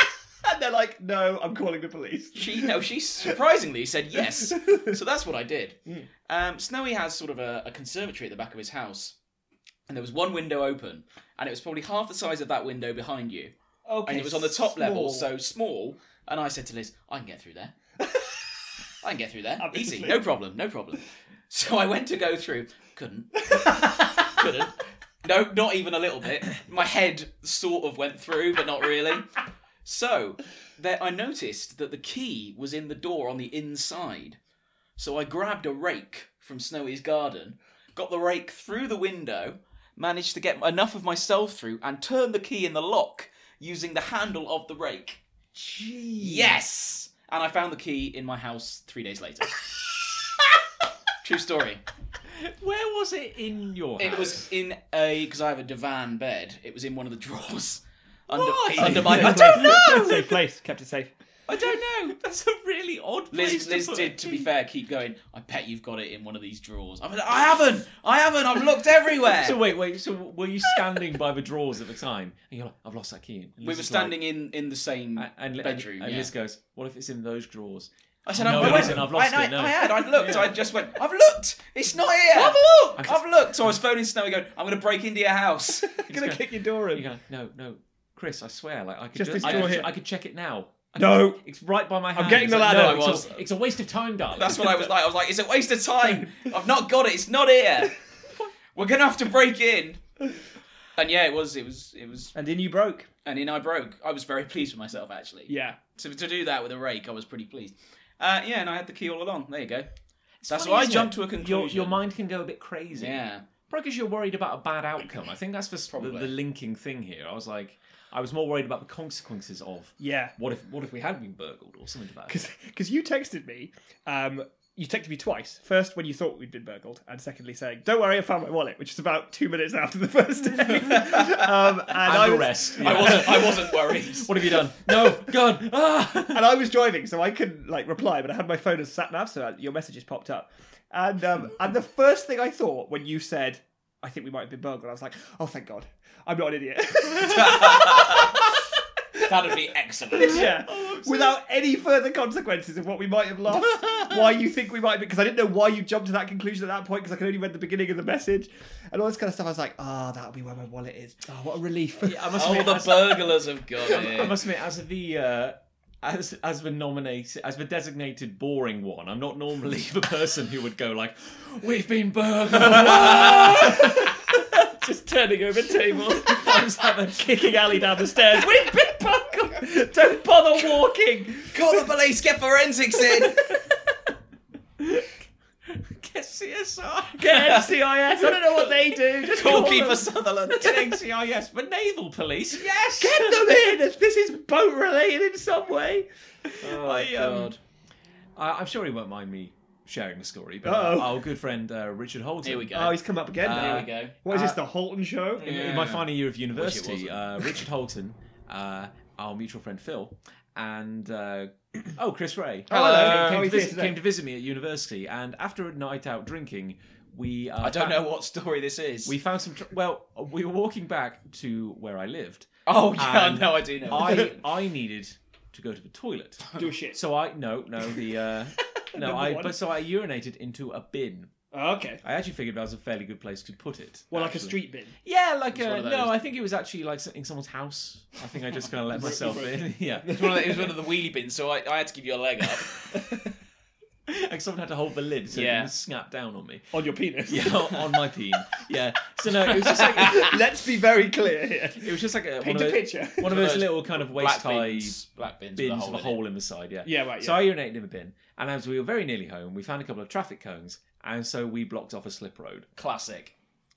Speaker 2: and they're like, no, I'm calling the police.
Speaker 3: She no, she surprisingly said yes. So that's what I did. Um, Snowy has sort of a, a conservatory at the back of his house, and there was one window open, and it was probably half the size of that window behind you,
Speaker 2: Okay.
Speaker 3: and it was on the top level,
Speaker 2: small.
Speaker 3: so small. And I said to Liz, "I can get through there. I can get through there.
Speaker 2: Obviously.
Speaker 3: Easy, no problem, no problem." So I went to go through, couldn't, couldn't. No, not even a little bit. My head sort of went through, but not really. So, there, I noticed that the key was in the door on the inside. So I grabbed a rake from Snowy's garden, got the rake through the window, managed to get enough of myself through, and turned the key in the lock using the handle of the rake. Yes! And I found the key in my house three days later. True story.
Speaker 1: Where was it in your house?
Speaker 3: It was in a because I have a divan bed. It was in one of the drawers under,
Speaker 1: Why?
Speaker 3: under my. I
Speaker 2: Safe
Speaker 3: don't know.
Speaker 2: place. Safe place. Kept it safe.
Speaker 1: I don't know. That's a really odd place.
Speaker 3: Liz,
Speaker 1: to
Speaker 3: Liz
Speaker 1: put a
Speaker 3: did, to be
Speaker 1: key.
Speaker 3: fair, keep going. I bet you've got it in one of these drawers. I'm like, I haven't. I haven't. I've looked everywhere.
Speaker 1: So wait, wait. So were you standing by the drawers at the time? And you're like, I've lost that key. And Liz
Speaker 3: we were
Speaker 1: is like-
Speaker 3: standing in in the same
Speaker 1: and, and,
Speaker 3: bedroom.
Speaker 1: And
Speaker 3: yeah.
Speaker 1: Liz goes, "What if it's in those drawers?"
Speaker 3: I said,
Speaker 1: No,
Speaker 3: I,
Speaker 1: it
Speaker 3: I went,
Speaker 1: isn't. I've lost
Speaker 3: I,
Speaker 1: it, no.
Speaker 3: I, I had. I looked. I just went. I've looked. It's not here. I've
Speaker 1: I'm
Speaker 3: looked.
Speaker 1: just-
Speaker 3: I've looked. So I was phoning Snowy, going, "I'm going to break into your house."
Speaker 2: gonna
Speaker 1: go-
Speaker 2: kick your door
Speaker 1: You
Speaker 2: in.
Speaker 3: Um,
Speaker 1: go, "No, no, Chris, I swear, like I could
Speaker 2: Just
Speaker 1: do-
Speaker 2: this
Speaker 1: I,
Speaker 2: drawer
Speaker 1: could-
Speaker 2: here.
Speaker 1: I could check it now. I
Speaker 2: No.
Speaker 1: could- it's right by my hand.
Speaker 2: getting
Speaker 1: It's
Speaker 2: the
Speaker 1: like,
Speaker 2: ladder.
Speaker 1: No,
Speaker 3: I
Speaker 1: it's, a, it's a waste of time, darling.
Speaker 3: That's what I was like. I was like, "It's a waste of time. I've not got it. It's not here. We're going to have to break in." And yeah, it was. It was. It was.
Speaker 2: And then you broke.
Speaker 3: And in I broke. I was very pleased with myself actually.
Speaker 2: Yeah.
Speaker 3: to, to do that with a rake, I was pretty pleased. Uh, yeah, and I had the key all along. There you go. That's
Speaker 1: funny,
Speaker 3: why I
Speaker 1: isn't it?
Speaker 3: jumped to a
Speaker 1: Your,
Speaker 3: conclusion.
Speaker 1: your mind can go a bit crazy.
Speaker 3: Yeah.
Speaker 1: Probably because you're worried about a bad outcome. I think that's the, the,
Speaker 3: Probably.
Speaker 1: the linking thing here. I was like, I was more worried about the consequences of
Speaker 2: Yeah.
Speaker 1: what if what if we had been burgled or something like that.
Speaker 2: Because you texted me. Um, you texted me twice. First, when you thought we'd been burgled, and secondly, saying, "Don't worry, I found my wallet," which is about two minutes after the first day. um, and I
Speaker 1: I'm
Speaker 2: was,
Speaker 1: arrest.
Speaker 3: I wasn't. I wasn't worried.
Speaker 1: What have you done? No, God. Ah!
Speaker 2: And I was driving, so I couldn't like reply, but I had my phone as sat nav, so uh, your messages popped up. And um, and the first thing I thought when you said, "I think we might have been burgled," I was like, "Oh, thank God, I'm not an idiot."
Speaker 3: That'd be excellent.
Speaker 2: yeah. Without any further consequences of what we might have lost, why you think we might be, because I didn't know why you jumped to that conclusion at that point, because I could only read the beginning of the message and all this kind of stuff. I was like, ah, that'll be where my wallet is. Oh, what a relief.
Speaker 1: I must
Speaker 3: Oh,
Speaker 1: admit,
Speaker 3: the
Speaker 1: as,
Speaker 3: burglars have got
Speaker 1: I
Speaker 3: it.
Speaker 1: must admit, as the uh, as as the nominated, as the designated boring one, I'm not normally the person who would go like, "We've been burgled."
Speaker 2: Just turning over table,
Speaker 1: I was like, the kid-
Speaker 2: kicking Ali down the stairs. We've been bungled. Don't bother walking.
Speaker 3: Call the police. Get forensics in.
Speaker 1: Get CSI.
Speaker 2: Get NCIS. I don't know what they do. Just
Speaker 3: Call
Speaker 2: call
Speaker 3: Keeper
Speaker 2: them.
Speaker 3: Sutherland.
Speaker 1: Get NCIS, but naval police. Yes.
Speaker 2: Get them in. This is boat related in some way.
Speaker 3: Oh,
Speaker 1: I, um, I, I'm sure he won't mind me sharing the story, but
Speaker 2: Uh-oh.
Speaker 1: uh, our good friend uh, Richard Holton.
Speaker 3: Here we go.
Speaker 2: Oh, he's come up again
Speaker 3: Here
Speaker 2: now.
Speaker 3: we go.
Speaker 2: What is this,
Speaker 1: Uh,
Speaker 2: the Holton show?
Speaker 1: in, in
Speaker 3: Yeah.
Speaker 1: my final year of university,
Speaker 3: wasn't.
Speaker 1: uh, Richard Holton, uh, our mutual friend Phil, and uh, oh Chris Ray,
Speaker 2: Oh, hello.
Speaker 1: came-
Speaker 2: How
Speaker 1: came,
Speaker 2: are
Speaker 1: to
Speaker 2: you doing
Speaker 1: visit,
Speaker 2: today?
Speaker 1: came to visit me at university, and after a night out drinking, we uh,
Speaker 3: I
Speaker 1: found-
Speaker 3: don't know what story this is.
Speaker 1: We found some. Tr- well, we were walking back to where I lived.
Speaker 3: Oh yeah,
Speaker 1: And
Speaker 3: no, I do know.
Speaker 1: I I needed to go to the toilet,
Speaker 2: Do a shit.
Speaker 1: so I no no the uh, no
Speaker 2: Number
Speaker 1: I
Speaker 2: one.
Speaker 1: but so I urinated into a bin.
Speaker 2: Oh, okay.
Speaker 1: I actually figured that was a fairly good place to put it.
Speaker 2: Well, like a
Speaker 1: actually.
Speaker 2: street bin.
Speaker 1: Yeah, like
Speaker 3: one
Speaker 1: uh
Speaker 3: of
Speaker 1: no,
Speaker 3: those.
Speaker 1: I think it was actually like in someone's house. I think I just kind of let myself in. Yeah,
Speaker 3: It was, one of the, it was one of the wheelie bins, so I, I had to give you a leg up.
Speaker 1: like someone had to hold the lid so it
Speaker 3: Yeah.
Speaker 1: didn't snap down on me.
Speaker 2: On your penis.
Speaker 1: Yeah, on on my peen. Yeah. So no, it was just like
Speaker 2: Let's be very clear here.
Speaker 1: it was just like a, one,
Speaker 2: Paint
Speaker 1: of
Speaker 2: a
Speaker 1: those,
Speaker 2: picture.
Speaker 1: one of
Speaker 3: One of
Speaker 1: those
Speaker 3: those
Speaker 1: little kind of waist
Speaker 3: black
Speaker 1: high
Speaker 3: bins, black bins, with a
Speaker 1: bins
Speaker 3: hole
Speaker 1: with a
Speaker 3: in it.
Speaker 1: hole in the side. Yeah.
Speaker 2: Yeah, right,
Speaker 1: So
Speaker 2: yeah.
Speaker 1: I urinated in the bin, and as we were very nearly home, we found a couple of traffic cones, and so we blocked off a slip road
Speaker 3: Classic.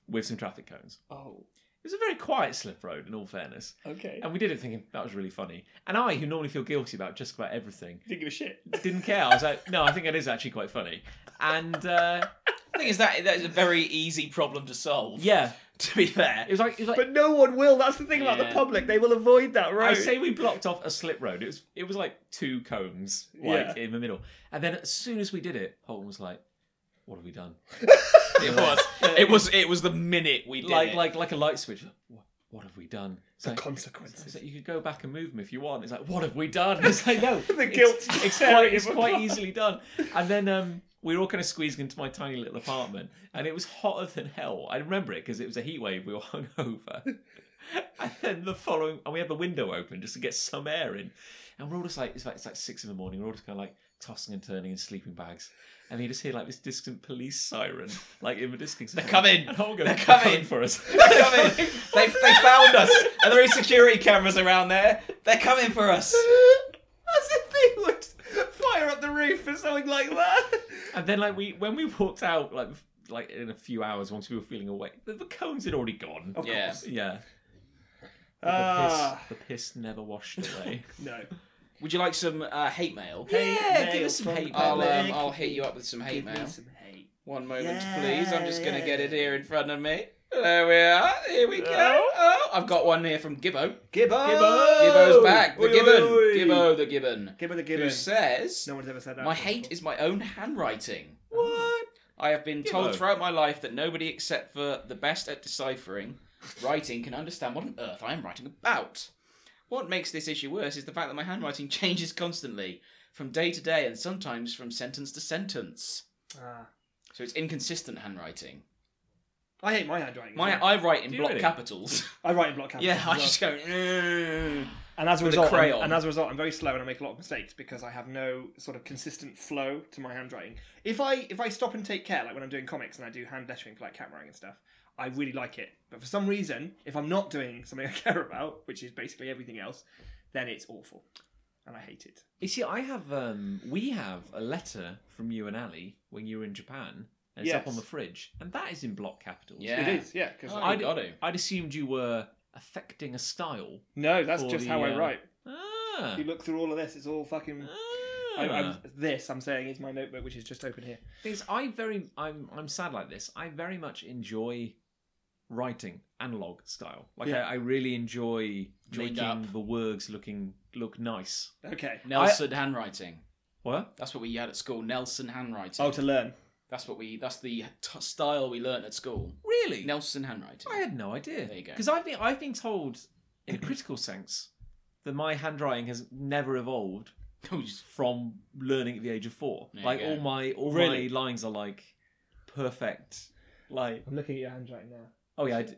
Speaker 1: with some traffic cones.
Speaker 2: Oh,
Speaker 1: It was a very quiet slip road, in all fairness.
Speaker 2: okay.
Speaker 1: And we did it thinking that was really funny. And I, who normally feel guilty about just about everything,
Speaker 2: Didn't give a shit.
Speaker 1: didn't care. I was like, no, I think that is actually quite funny. And uh,
Speaker 3: The thing is that that is a very easy problem to solve.
Speaker 1: yeah,
Speaker 3: To be fair,
Speaker 1: it was like it was like
Speaker 2: But no one will. That's the thing about the
Speaker 3: Yeah.
Speaker 2: public. They will avoid that road.
Speaker 1: I say we blocked off a slip road. It was it was like two cones like
Speaker 2: Yeah.
Speaker 1: in the middle. And then as soon as we did it, Holton was like, What have we done?
Speaker 4: It was. It was. It was the minute we did
Speaker 1: Like
Speaker 4: it.
Speaker 1: like like a light switch. What, what have we done? It's
Speaker 2: The
Speaker 1: like-
Speaker 2: consequences.
Speaker 1: it's like you could go back and move them if you want. It's like, what have we done? It's like, no,
Speaker 2: The
Speaker 1: it's-
Speaker 2: guilt
Speaker 1: It's,
Speaker 2: tearing
Speaker 1: quite, it's
Speaker 2: him
Speaker 1: quite
Speaker 2: apart.
Speaker 1: easily done. And then um, we were all kind of squeezing into my tiny little apartment, and it was hotter than hell. I remember it because it was a heat wave. We were hungover, and then the following, and we had the window open just to get some air in. And we're all just like, it's like it's like six in the morning. We're all just kind of like tossing and turning in sleeping bags. And you just hear like this distant police siren, like in the distance. They're
Speaker 3: coming.
Speaker 1: They're
Speaker 3: coming.
Speaker 1: for us.
Speaker 3: They're coming. they they found us. And there are security cameras around there. They're coming for us.
Speaker 2: As if they would fire up the roof or something like that.
Speaker 1: And then like we when we walked out like f- like in a few hours once we were feeling away, the, the cones had already gone.
Speaker 2: Of
Speaker 3: Yeah.
Speaker 2: course.
Speaker 1: Yeah. The,
Speaker 2: Ah,
Speaker 1: piss, the piss never washed away.
Speaker 2: no.
Speaker 3: Would you like some uh, hate mail?
Speaker 1: yeah, give us some hate
Speaker 3: I'll,
Speaker 1: mail.
Speaker 3: um, I'll hit you up with some hate
Speaker 2: Give me
Speaker 3: mail.
Speaker 2: some hate.
Speaker 3: One moment,
Speaker 2: Yeah,
Speaker 3: please. I'm just going to
Speaker 2: yeah.
Speaker 3: get it here in front of me. There we are. Here we go. Oh, I've got one here from Gibbo.
Speaker 2: Gibbo!
Speaker 3: Gibbo's back. The
Speaker 2: Oh! Oi, oi,
Speaker 3: Gibbon.
Speaker 2: oi.
Speaker 3: Gibbo the Gibbon.
Speaker 2: Gibbo the Gibbon.
Speaker 3: Who says,
Speaker 2: No one's ever said that.
Speaker 3: My
Speaker 2: before.
Speaker 3: hate is my own handwriting.
Speaker 1: what?
Speaker 3: I have been told
Speaker 1: Gibbo.
Speaker 3: throughout my life that nobody except for the best at deciphering writing can understand what on earth I am writing about. What makes this issue worse is the fact that my handwriting changes constantly, from day to day and sometimes from sentence to sentence.
Speaker 2: Ah.
Speaker 3: So it's inconsistent handwriting.
Speaker 2: I hate my handwriting.
Speaker 3: My I write in
Speaker 1: Do you
Speaker 3: block
Speaker 1: really?
Speaker 3: capitals.
Speaker 2: I write in block capitals.
Speaker 3: yeah,
Speaker 2: as
Speaker 3: I
Speaker 2: well.
Speaker 3: just go. "Mm."
Speaker 2: and as a
Speaker 3: with a
Speaker 2: result, I'm-
Speaker 3: crayon.
Speaker 2: and as a result, I'm very slow and I make a lot of mistakes because I have no sort of consistent flow to my handwriting. If I if I stop and take care, like when I'm doing comics and I do hand lettering for like cat writing and stuff, I really like it. But for some reason, if I'm not doing something I care about, which is basically everything else, then it's awful, and I hate it.
Speaker 1: You see, I have um we have a letter from you and Ali when you were in Japan and it's up
Speaker 2: Yes.
Speaker 1: on the fridge. And that is in block capitals.
Speaker 3: Yeah.
Speaker 2: It is, yeah. 'cause
Speaker 3: Oh,
Speaker 2: I-
Speaker 3: you got to.
Speaker 1: I'd assumed you were affecting a style.
Speaker 2: no, that's
Speaker 1: For
Speaker 2: just
Speaker 1: the,
Speaker 2: how I
Speaker 1: uh,
Speaker 2: write.
Speaker 1: Ah.
Speaker 2: If you look through all of this, it's all fucking. I, I'm,
Speaker 1: Ah.
Speaker 2: this I'm saying is my notebook, which is just open here.
Speaker 1: Things I very I'm I'm sad like this. I very much enjoy writing analog style. Like
Speaker 2: Yeah.
Speaker 1: I, I really enjoy
Speaker 3: Make
Speaker 1: making
Speaker 3: up.
Speaker 1: the words looking look nice.
Speaker 2: Okay.
Speaker 3: Nelson handwriting.
Speaker 1: What?
Speaker 3: That's what we had at school. Nelson handwriting.
Speaker 2: Oh, to learn.
Speaker 3: That's what we. That's the t- style we learnt at school.
Speaker 1: Really?
Speaker 3: Nelson handwriting.
Speaker 1: I had no idea.
Speaker 3: There you go.
Speaker 1: Because I've been I've been told in a critical sense that my handwriting has never evolved
Speaker 3: Oh, just-
Speaker 1: from learning at the age of four.
Speaker 3: There you
Speaker 1: like
Speaker 3: go.
Speaker 1: all my all
Speaker 2: Really?
Speaker 1: my lines are like perfect. Like
Speaker 2: I'm looking at your handwriting now.
Speaker 1: oh yeah, I d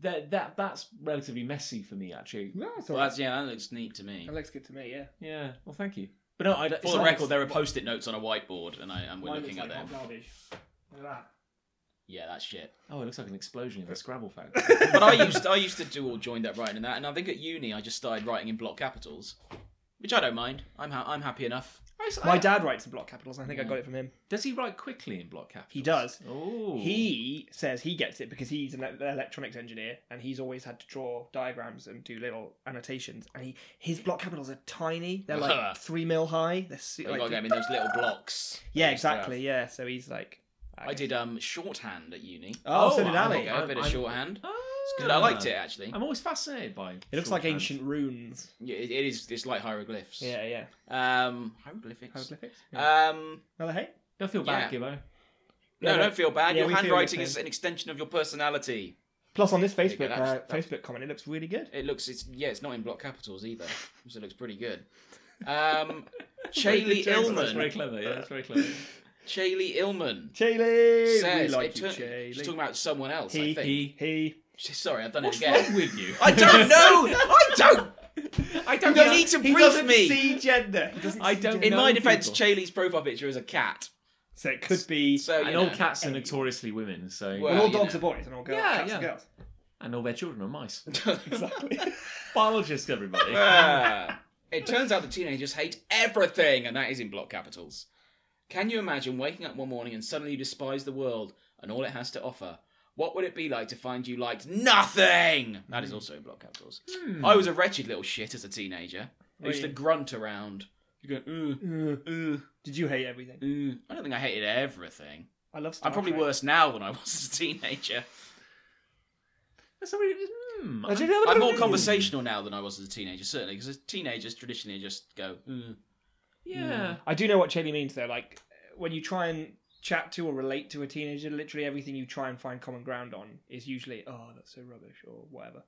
Speaker 1: that that that's relatively messy for me actually.
Speaker 2: No, it's all
Speaker 3: well,
Speaker 2: right.
Speaker 3: that's, yeah, that looks neat to me.
Speaker 2: That looks good to me. Yeah.
Speaker 1: Yeah. Well, thank you. But no, I,
Speaker 3: For the record, there are post-it notes on a whiteboard, and I and we're
Speaker 2: Mine
Speaker 3: looking at
Speaker 2: looks like
Speaker 3: them.
Speaker 2: hot garbage. Look at that.
Speaker 3: Yeah, that's shit.
Speaker 1: Oh, it looks like an explosion in a Scrabble fountain.
Speaker 3: But I used I used to do all joined up writing and that, and I think at uni I just started writing in block capitals, which I don't mind. I'm ha- I'm happy enough.
Speaker 2: My dad writes in block capitals, and I think I got it from him.
Speaker 1: does he write quickly in block capitals?
Speaker 2: He does.
Speaker 1: Oh,
Speaker 2: He says he gets it because he's an e- electronics engineer, and he's always had to draw diagrams and do little annotations. And he, his block capitals are tiny; they're like three mil high. They're su-
Speaker 3: I
Speaker 2: like-
Speaker 3: got them in those little blocks.
Speaker 2: yeah, exactly. Yeah, so he's like,
Speaker 3: I did um shorthand at uni.
Speaker 2: Oh,
Speaker 1: Oh,
Speaker 2: so did
Speaker 1: I
Speaker 2: Ali.
Speaker 1: think
Speaker 3: Okay, a bit of
Speaker 1: I'm-
Speaker 3: shorthand.
Speaker 1: Ah.
Speaker 3: It's good. I liked it actually.
Speaker 1: I'm always fascinated by.
Speaker 2: It looks like ancient runes.
Speaker 3: Yeah, it, it is. It's like hieroglyphs.
Speaker 2: Yeah, yeah.
Speaker 3: Um, hieroglyphics.
Speaker 2: Hieroglyphics. Yeah.
Speaker 3: Um,
Speaker 2: Another hate.
Speaker 1: Don't feel bad,
Speaker 3: Yeah.
Speaker 1: Gibbo.
Speaker 3: no,
Speaker 2: Yeah,
Speaker 3: don't feel bad.
Speaker 2: yeah,
Speaker 3: your
Speaker 2: we feel
Speaker 3: handwriting
Speaker 2: the
Speaker 3: is
Speaker 2: same.
Speaker 3: an extension of your personality.
Speaker 2: Plus, on this
Speaker 3: you
Speaker 2: Facebook
Speaker 3: go,
Speaker 2: uh,
Speaker 3: that's- that's-
Speaker 2: Facebook comment, it looks really good.
Speaker 3: It looks. It's yeah. It's not in block capitals either, so it looks pretty good. Um, Chaley
Speaker 1: That's very
Speaker 3: Illman.
Speaker 1: clever. Yeah, that's very clever.
Speaker 3: Chaley Illman
Speaker 2: Chile,
Speaker 3: says
Speaker 2: we like
Speaker 3: it
Speaker 2: you,
Speaker 3: turn-
Speaker 2: Chile.
Speaker 3: she's talking about someone else. I
Speaker 2: He-
Speaker 3: think.
Speaker 1: he-
Speaker 2: He.
Speaker 3: Sorry, I've done
Speaker 1: What's
Speaker 3: it again.
Speaker 1: wrong with you?
Speaker 3: I don't know. I don't. I don't. You need to
Speaker 2: He
Speaker 3: brief
Speaker 2: doesn't
Speaker 3: me.
Speaker 2: see gender. He doesn't
Speaker 1: I
Speaker 2: see
Speaker 1: don't
Speaker 2: gender.
Speaker 3: in
Speaker 1: know
Speaker 3: my defence,
Speaker 1: people.
Speaker 3: Chaley's profile picture is a cat.
Speaker 2: So it could be.
Speaker 3: So you
Speaker 1: and
Speaker 3: know.
Speaker 1: all cats are notoriously women, so
Speaker 3: Well-
Speaker 2: Well, all
Speaker 3: you
Speaker 2: dogs
Speaker 3: know.
Speaker 2: are boys and all girls,
Speaker 1: Yeah,
Speaker 2: cats
Speaker 1: yeah.
Speaker 2: are girls.
Speaker 1: and all their children are mice.
Speaker 2: Exactly.
Speaker 1: Biologists, everybody.
Speaker 3: Ah. it turns out that teenagers hate everything, and that is in block capitals. Can you imagine waking up one morning and suddenly you despise the world and all it has to offer? What would it be like to find you liked nothing? That is also in block capitals. I was a wretched little shit as a teenager. I used
Speaker 2: Were
Speaker 3: to
Speaker 2: you?
Speaker 3: grunt around. You go, "Ugh, ugh,
Speaker 2: Uh, Did you hate everything?
Speaker 3: ugh." I don't think I hated everything.
Speaker 2: I love Star
Speaker 3: I'm probably
Speaker 2: Trek.
Speaker 3: worse now than I was as a teenager.
Speaker 1: That's a really. Hmm.
Speaker 2: I don't know what
Speaker 3: I'm more
Speaker 2: it is.
Speaker 3: conversational now than I was as a teenager, certainly, because teenagers traditionally just go, "Ugh."
Speaker 1: Yeah.
Speaker 2: Hmm.
Speaker 3: Hmm.
Speaker 2: I do know what Cheney means though. Like when you try and chat to or relate to a teenager, literally everything you try and find common ground on is usually, oh, that's so rubbish or whatever.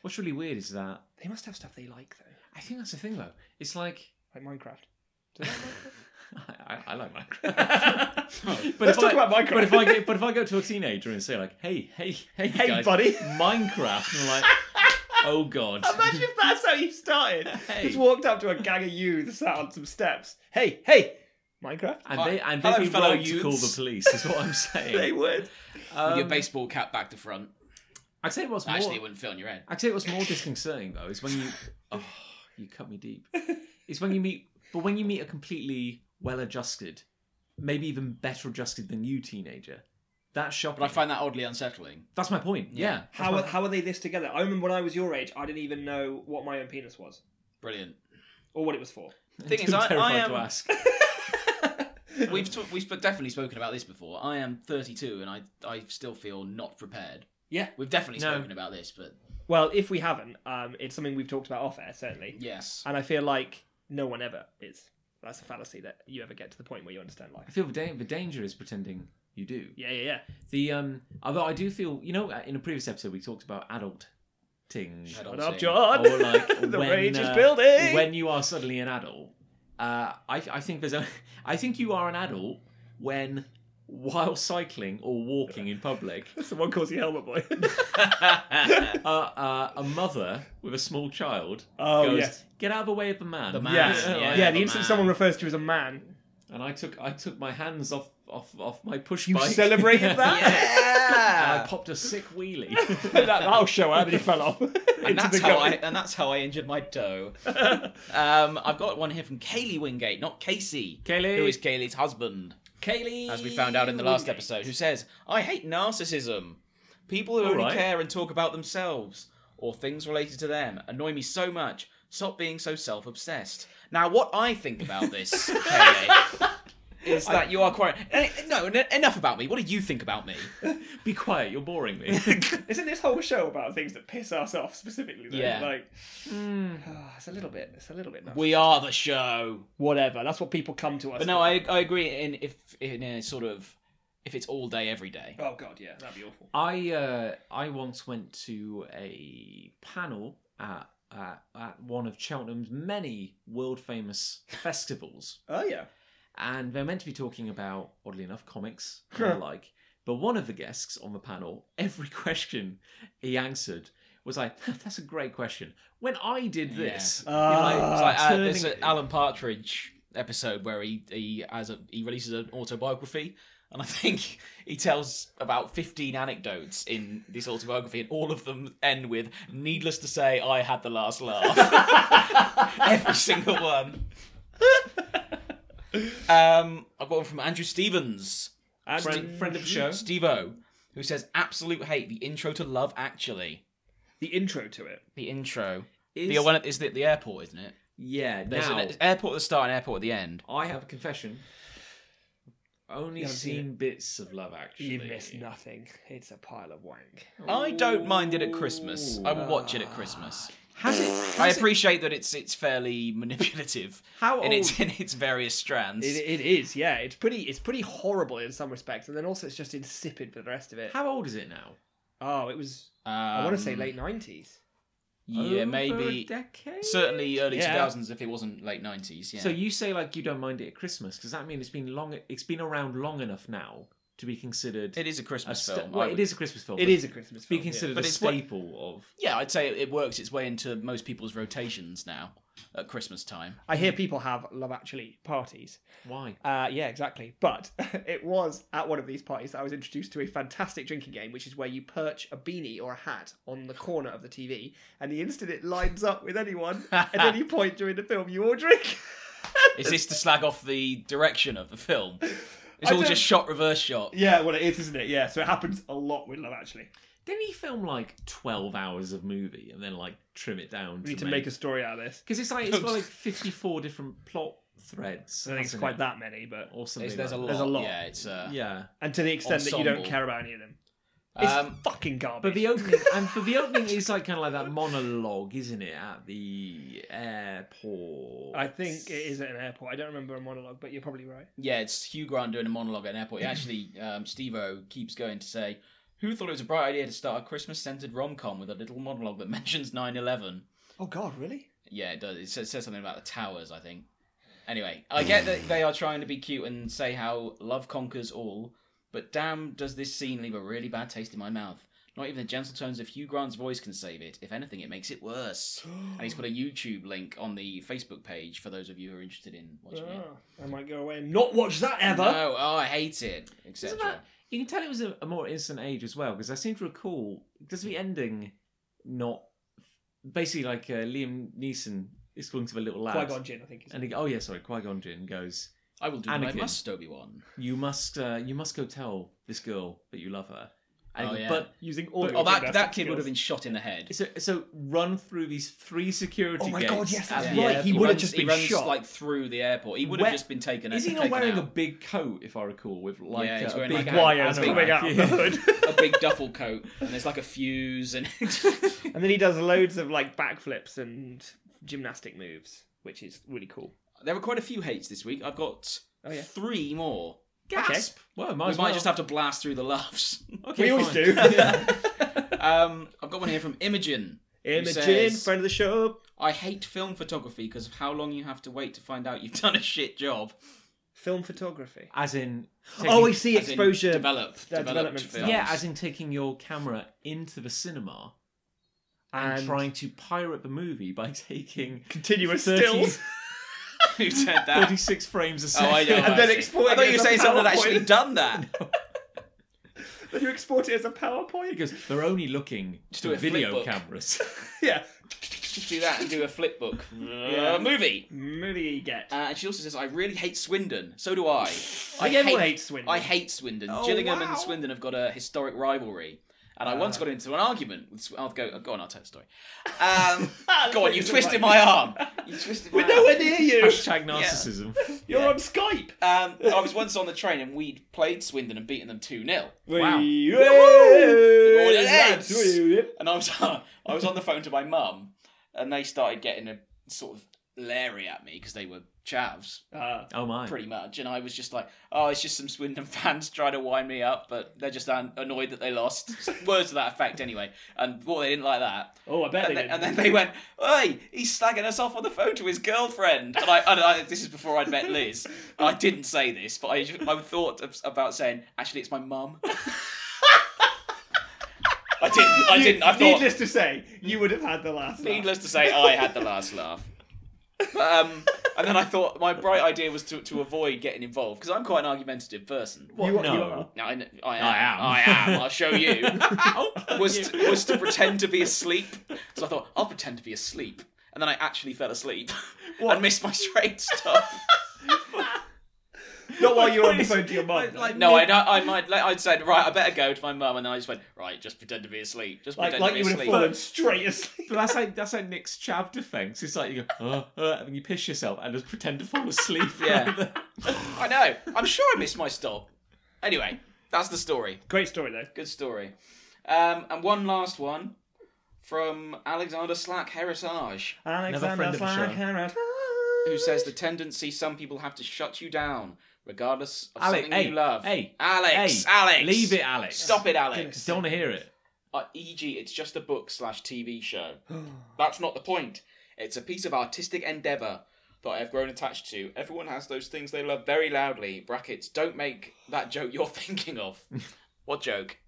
Speaker 1: What's really weird is that
Speaker 2: They must have stuff they like though,
Speaker 1: I think that's the thing though. It's like
Speaker 2: like Minecraft.
Speaker 1: I, I, I like Minecraft. but
Speaker 2: Let's
Speaker 1: if
Speaker 2: talk
Speaker 1: I,
Speaker 2: about Minecraft.
Speaker 1: But if I go, but if I go to a teenager and say like, hey, hey, hey,
Speaker 2: Hey,
Speaker 1: guys,
Speaker 2: buddy."
Speaker 1: Minecraft, and they're like, oh god,
Speaker 2: Imagine if that's how you started.
Speaker 1: Hey.
Speaker 2: Just walked up to a gang of youths sat on some steps. Hey, hey, Minecraft.
Speaker 1: and they and
Speaker 3: Hello,
Speaker 1: they'd be
Speaker 3: fellow
Speaker 1: right to call the
Speaker 3: youths.
Speaker 1: police. Is what I'm
Speaker 2: They
Speaker 1: saying.
Speaker 2: would.
Speaker 1: Um,
Speaker 3: your baseball cap back to front.
Speaker 1: I'd say what's more.
Speaker 3: Actually, it wouldn't fit on your head.
Speaker 1: I'd say what's more disconcerting though is when you, oh, you cut me deep. It's when you meet, but when you meet a completely well-adjusted, maybe even better adjusted than you teenager. That's shocking.
Speaker 3: But I find that oddly unsettling.
Speaker 1: That's my point. Yeah.
Speaker 3: Yeah.
Speaker 1: That's
Speaker 2: How
Speaker 1: my-
Speaker 2: are, how are they this together? I remember when I was your age, I didn't even know what my own penis was
Speaker 3: Brilliant.
Speaker 2: or what it was for.
Speaker 3: Thing
Speaker 1: I'm
Speaker 3: is, I,
Speaker 1: terrified
Speaker 3: I am.
Speaker 1: to ask.
Speaker 3: We've t- we've sp- definitely spoken about this before. I am 32, and I I still feel not prepared.
Speaker 2: Yeah.
Speaker 3: We've definitely
Speaker 1: No.
Speaker 3: spoken about this, but
Speaker 2: Well, if we haven't, um, it's something we've talked about off air certainly,
Speaker 3: yes,
Speaker 2: and I feel like no one ever is. That's a fallacy that you ever get to the point where you understand
Speaker 1: I
Speaker 2: life.
Speaker 1: feel the, da- the danger is pretending you do.
Speaker 2: Yeah, yeah, yeah.
Speaker 1: The um, although I do feel, you know, in a previous episode we talked about adult things.
Speaker 3: Adult.
Speaker 2: Shut
Speaker 3: Don't
Speaker 2: up,
Speaker 3: say-
Speaker 2: John.
Speaker 1: Or, like,
Speaker 2: the
Speaker 1: when,
Speaker 2: rage is
Speaker 1: uh,
Speaker 2: building.
Speaker 1: When you are suddenly an adult, uh, I I think there's a, I think you are an adult when while cycling or walking in public,
Speaker 2: That's the one calls you Helmet Boy.
Speaker 1: uh, uh, a mother with a small child
Speaker 2: oh
Speaker 1: goes,
Speaker 2: yes,
Speaker 1: "Get out of the way of the man."
Speaker 3: The man.
Speaker 2: yes,
Speaker 3: Yeah,
Speaker 2: yeah.
Speaker 3: yeah,
Speaker 2: the
Speaker 3: the
Speaker 2: instant
Speaker 3: man.
Speaker 2: someone refers to you as a man,
Speaker 1: And I took I took my hands off off off my push
Speaker 2: you
Speaker 1: bike.
Speaker 2: celebrated that.
Speaker 1: and I
Speaker 3: yeah.
Speaker 1: popped a sick wheelie.
Speaker 2: that will show how that he fell off.
Speaker 3: and that's how I and that's how I injured my toe. um, I've got one here from Kaylee Wingate, not Casey.
Speaker 1: Kaylee.
Speaker 3: who is Kaylee's husband,
Speaker 1: Kaylee,
Speaker 3: as we found out in the last episode, who says, "I hate narcissism. People who
Speaker 1: All
Speaker 3: only
Speaker 1: right.
Speaker 3: care and talk about themselves or things related to them annoy me so much. Stop being so self-obsessed." Now, what I think about this, Kaylee, is that you are quite Eh, no. en- Enough about me. What do you think about me?
Speaker 1: Be quiet, you're boring me.
Speaker 2: Isn't this whole show about things that piss us off specifically? Though?
Speaker 3: Yeah.
Speaker 2: Like, Ah, it's a little bit. It's a little bit. Nuts.
Speaker 3: We are the show.
Speaker 2: Whatever. That's what people come to us.
Speaker 3: But no,
Speaker 2: for.
Speaker 3: I I agree. In if in a sort of if it's all day every day.
Speaker 2: Oh god, yeah, that'd be awful.
Speaker 1: I uh, I once went to a panel at, at at one of Cheltenham's many world famous festivals,
Speaker 2: Oh yeah.
Speaker 1: and they're meant to be talking about, oddly enough, comics and the like. But one of the guests on the panel, every question he answered was like, "That's a great question." When I did this, you know, like,
Speaker 2: Ah.
Speaker 3: It's like uh,
Speaker 1: turning-
Speaker 3: there's an Alan Partridge episode where he he has a he releases an autobiography, and I think he tells about 15 anecdotes in this autobiography, and all of them end with "Needless to say, I had the last laugh." Every single one. um, I've got one from Andrew Stevens,
Speaker 1: friend, friend of the show.
Speaker 3: Stevo, who says absolute hate the intro to Love Actually.
Speaker 2: The intro to it.
Speaker 3: The intro.
Speaker 1: Is,
Speaker 3: the one at, is at the airport, isn't it?
Speaker 1: yeah,
Speaker 3: There's
Speaker 1: now,
Speaker 3: an airport at the start and airport at the end.
Speaker 1: I have a confession. Only
Speaker 2: You haven't seen
Speaker 1: seen bits of Love Actually.
Speaker 2: You missed nothing. It's a pile of wank.
Speaker 3: I don't mind it at Christmas. I will watch it at Christmas.
Speaker 1: Has it?
Speaker 3: I appreciate that it's it's fairly manipulative
Speaker 1: How
Speaker 3: in
Speaker 1: old?
Speaker 3: its in its various strands.
Speaker 2: It, it is, yeah. It's pretty. It's pretty horrible in some respects, and then also it's just insipid for the rest of it.
Speaker 1: How old is it now?
Speaker 2: Oh, it was.
Speaker 3: Um,
Speaker 2: I want to say late nineties.
Speaker 3: Yeah,
Speaker 1: Over a
Speaker 3: maybe
Speaker 1: decade.
Speaker 3: certainly early two
Speaker 2: Yeah.
Speaker 3: thousands if it wasn't late nineties. Yeah.
Speaker 1: So you say like you don't mind it at Christmas? Does that mean it's been long? It's been around long enough now to be considered
Speaker 3: it is a
Speaker 1: a
Speaker 3: Christmas
Speaker 1: sta-
Speaker 3: film.
Speaker 1: well,
Speaker 3: I
Speaker 1: it
Speaker 3: would-
Speaker 1: is a Christmas film.
Speaker 2: It
Speaker 1: but
Speaker 2: is a Christmas
Speaker 1: be
Speaker 2: film.
Speaker 1: considered
Speaker 3: But
Speaker 1: a
Speaker 3: it's what-
Speaker 1: staple of.
Speaker 3: Yeah, I'd say it works its way into most people's rotations now at Christmas time.
Speaker 2: yeah. I hear people have Love Actually parties.
Speaker 1: Why?
Speaker 2: Uh, yeah, exactly. But it was at one of these parties that I was introduced to a fantastic drinking game, which is where you perch a beanie or a hat on the corner of the TV, and the instant it lines up with anyone at any point during the film, you all drink.
Speaker 3: Is this to slag off the direction of the film? It's
Speaker 2: I
Speaker 3: all
Speaker 2: don't-
Speaker 3: just shot reverse shot.
Speaker 2: yeah, well, it is, isn't it? Yeah, so it happens a lot with Love Actually.
Speaker 1: Didn't he film like twelve hours of movie and then like trim it down?
Speaker 2: We need to make a story out of this.
Speaker 1: because it's like it's got like fifty-four different plot threads.
Speaker 2: I don't think it's
Speaker 1: hasn't
Speaker 2: quite
Speaker 1: it?
Speaker 2: that many, but
Speaker 1: Or something.
Speaker 3: There's, there's a
Speaker 1: like
Speaker 3: lot.
Speaker 2: There's a lot.
Speaker 3: Yeah, it's uh,
Speaker 1: that. Yeah.
Speaker 2: and to the extent that you don't
Speaker 3: Ensemble.
Speaker 2: care about any of them. It's
Speaker 4: Um,
Speaker 2: fucking garbage.
Speaker 1: But the opening, and but the opening is like kind of like that monologue, isn't it, at the airport?
Speaker 2: I think it is at an airport. I don't remember a monologue, but you're probably right.
Speaker 3: Yeah, it's Hugh Grant doing a monologue at an airport. Actually, um, Steve O keeps going to say, Who thought it was a bright idea to start a Christmas centered rom com with a little monologue that mentions 9 11?
Speaker 2: Oh God, really?
Speaker 3: Yeah, it does. It says, says something about the towers, I think. Anyway, I get that they are trying to be cute and say how love conquers all, but damn, does this scene leave a really bad taste in my mouth. Not even the gentle tones of Hugh Grant's voice can save it. If anything, it makes it worse. and he's put a YouTube link on the Facebook page for those of you who are interested in watching it.
Speaker 2: Oh, I might go away and not watch that ever.
Speaker 3: No, oh, I hate it,
Speaker 1: Isn't
Speaker 3: etc.
Speaker 1: that, you can tell it was a, a more innocent age as well, because I seem to recall, does the ending not basically like uh, Liam Neeson is calling to the little lad?
Speaker 2: Qui Gon Jinn, I think. Is
Speaker 1: And he, oh yeah, sorry, Qui Gon Jinn goes,
Speaker 3: I will do my
Speaker 1: Anakin.
Speaker 3: must, Obi Wan.
Speaker 1: "You must, uh, you must go tell this girl that you love her." And
Speaker 3: Oh, yeah.
Speaker 1: But
Speaker 2: using all.
Speaker 3: Oh, that, that kid would have been shot in the head.
Speaker 1: so, so run through these three security.
Speaker 2: Oh my
Speaker 1: gates
Speaker 2: God, yes, that's
Speaker 1: at
Speaker 3: Yeah.
Speaker 1: the
Speaker 2: right, he
Speaker 1: airport.
Speaker 2: would have
Speaker 3: runs-
Speaker 2: just
Speaker 3: he
Speaker 2: been
Speaker 3: runs,
Speaker 2: shot.
Speaker 3: like through the airport. He would have
Speaker 1: Where-
Speaker 3: just been taken.
Speaker 1: Is he not
Speaker 3: taken
Speaker 1: wearing a
Speaker 3: out.
Speaker 1: big coat, if I recall, with like
Speaker 3: Yeah, he's
Speaker 1: a
Speaker 3: wearing
Speaker 1: big
Speaker 3: like a-
Speaker 2: wires
Speaker 1: anorak?
Speaker 2: coming out of the
Speaker 1: Yeah.
Speaker 3: a
Speaker 2: hood.
Speaker 3: big duffel coat? And there's like a fuse and
Speaker 2: and then he does loads of like backflips and gymnastic moves, which is really cool.
Speaker 3: there were quite a few hates this week. I've got
Speaker 2: Oh, yeah.
Speaker 3: three more.
Speaker 1: Gasp! Well, might
Speaker 3: We
Speaker 1: as
Speaker 3: might
Speaker 1: well.
Speaker 3: just have to blast through the laughs.
Speaker 1: Okay,
Speaker 2: we always
Speaker 1: fine.
Speaker 2: do.
Speaker 3: um, I've got one here from Imogen. who
Speaker 2: Imogen,
Speaker 3: says,
Speaker 2: friend of the show.
Speaker 3: I hate film photography because of how long you have to wait to find out you've done a shit job.
Speaker 2: Film photography.
Speaker 1: As in,
Speaker 2: oh, I
Speaker 1: taking-
Speaker 2: see
Speaker 3: As in
Speaker 2: exposure.
Speaker 3: develop,
Speaker 2: Yeah,
Speaker 3: developed
Speaker 2: development
Speaker 3: uh, films.
Speaker 1: yeah, as in taking your camera into the cinema and,
Speaker 2: And-
Speaker 1: trying to pirate the movie by taking
Speaker 2: Continuous
Speaker 1: 30
Speaker 2: stills.
Speaker 3: who said that?
Speaker 1: 36 frames a
Speaker 3: Oh,
Speaker 1: second.
Speaker 3: I know.
Speaker 2: And
Speaker 3: I
Speaker 2: then
Speaker 3: see.
Speaker 2: exporting
Speaker 3: I thought you
Speaker 2: it
Speaker 3: were
Speaker 2: as a
Speaker 3: saying someone had
Speaker 2: PowerPoint.
Speaker 3: actually done that.
Speaker 2: you export it as a PowerPoint.
Speaker 1: Because they're only looking
Speaker 3: Just do
Speaker 1: to
Speaker 3: a flip
Speaker 1: video
Speaker 3: book.
Speaker 1: cameras.
Speaker 2: yeah.
Speaker 3: Just do that and do a flip book. Uh, movie.
Speaker 2: Really get.
Speaker 3: Uh, and she also says, I really hate Swindon. So do I. I
Speaker 2: Everyone hates Swindon.
Speaker 3: I hate Swindon.
Speaker 1: Oh,
Speaker 3: Gillingham
Speaker 1: wow.
Speaker 3: and Swindon have got a historic rivalry. And I once got into an argument with. Sw- I'll go. uh, Go on, I'll tell the story. Um, go on, you twisted my arm. You twisted my
Speaker 2: We're
Speaker 3: arm.
Speaker 2: nowhere near you.
Speaker 1: Hashtag narcissism.
Speaker 2: You're
Speaker 3: Yeah.
Speaker 2: on Skype.
Speaker 3: Um, I was once on the train and we'd played Swindon and beaten them 2 0.
Speaker 1: Wow.
Speaker 2: We-
Speaker 3: All the lads.
Speaker 2: Lads, we-
Speaker 3: And I was, I was on the phone to my mum and they started getting a sort of leery at me because they were chavs,
Speaker 2: Ah.
Speaker 1: Oh my.
Speaker 3: pretty much. And I was just like, oh, it's just some Swindon fans trying to wind me up, but they're just an- annoyed that they lost. Words to that effect, anyway. And boy, they didn't like that.
Speaker 2: Oh, I bet
Speaker 3: And
Speaker 2: they
Speaker 3: then,
Speaker 2: did.
Speaker 3: and then they went, "Hey, he's slagging us off on the phone to his girlfriend." And I, and I this is before I'd met Liz. I didn't say this, but I, I thought of- about saying, "Actually, it's my mum." I didn't. I
Speaker 2: You-
Speaker 3: didn't. I thought. Needless,
Speaker 2: Needless to say, you would have had the last. laugh.
Speaker 3: to say, I had the last laugh. But, um, and then I thought my bright idea was to, to avoid getting involved because I'm quite an argumentative person.
Speaker 2: You, are-
Speaker 1: No.
Speaker 2: you are.
Speaker 3: No, I, kn- I am.
Speaker 1: I am.
Speaker 3: I am. I'll show you. was
Speaker 1: you.
Speaker 3: to, was to pretend to be asleep. So I thought I'll pretend to be asleep, and then I actually fell asleep and missed my train stop.
Speaker 2: Not while you were on the
Speaker 1: Please.
Speaker 2: phone to your mum.
Speaker 1: Like-
Speaker 3: no, I I might like, I'd said right, I better go to my mum, and then I just went right, just pretend to be asleep, just
Speaker 2: like,
Speaker 3: pretend
Speaker 2: like
Speaker 3: to
Speaker 2: you
Speaker 3: be
Speaker 2: would have
Speaker 3: asleep.
Speaker 2: fallen straight asleep.
Speaker 1: But that's like that's like Nick's chav defense. It's like you go, uh, uh, and you piss yourself and just pretend to fall asleep.
Speaker 3: Yeah. I know. I'm sure I missed my stop. Anyway, that's the story.
Speaker 2: Great story though.
Speaker 3: Good story. Um, and one last one from Alexander Slack Heritage.
Speaker 1: friend of
Speaker 2: Alexander
Speaker 1: the
Speaker 2: Slack
Speaker 1: show.
Speaker 2: Harrod.
Speaker 3: who says the tendency some people have to shut you down, regardless of
Speaker 1: Alex,
Speaker 3: something
Speaker 1: hey,
Speaker 3: you love.
Speaker 1: hey,
Speaker 3: Alex,
Speaker 1: hey,
Speaker 3: Alex,
Speaker 1: leave it, Alex.
Speaker 3: Stop it, Alex.
Speaker 1: Don't want to hear it.
Speaker 3: Uh, E.g., it's just a book slash TV show. That's not the point. It's a piece of artistic endeavor that I have grown attached to. Everyone has those things they love very loudly. Brackets. Don't make that joke you're thinking of. what joke?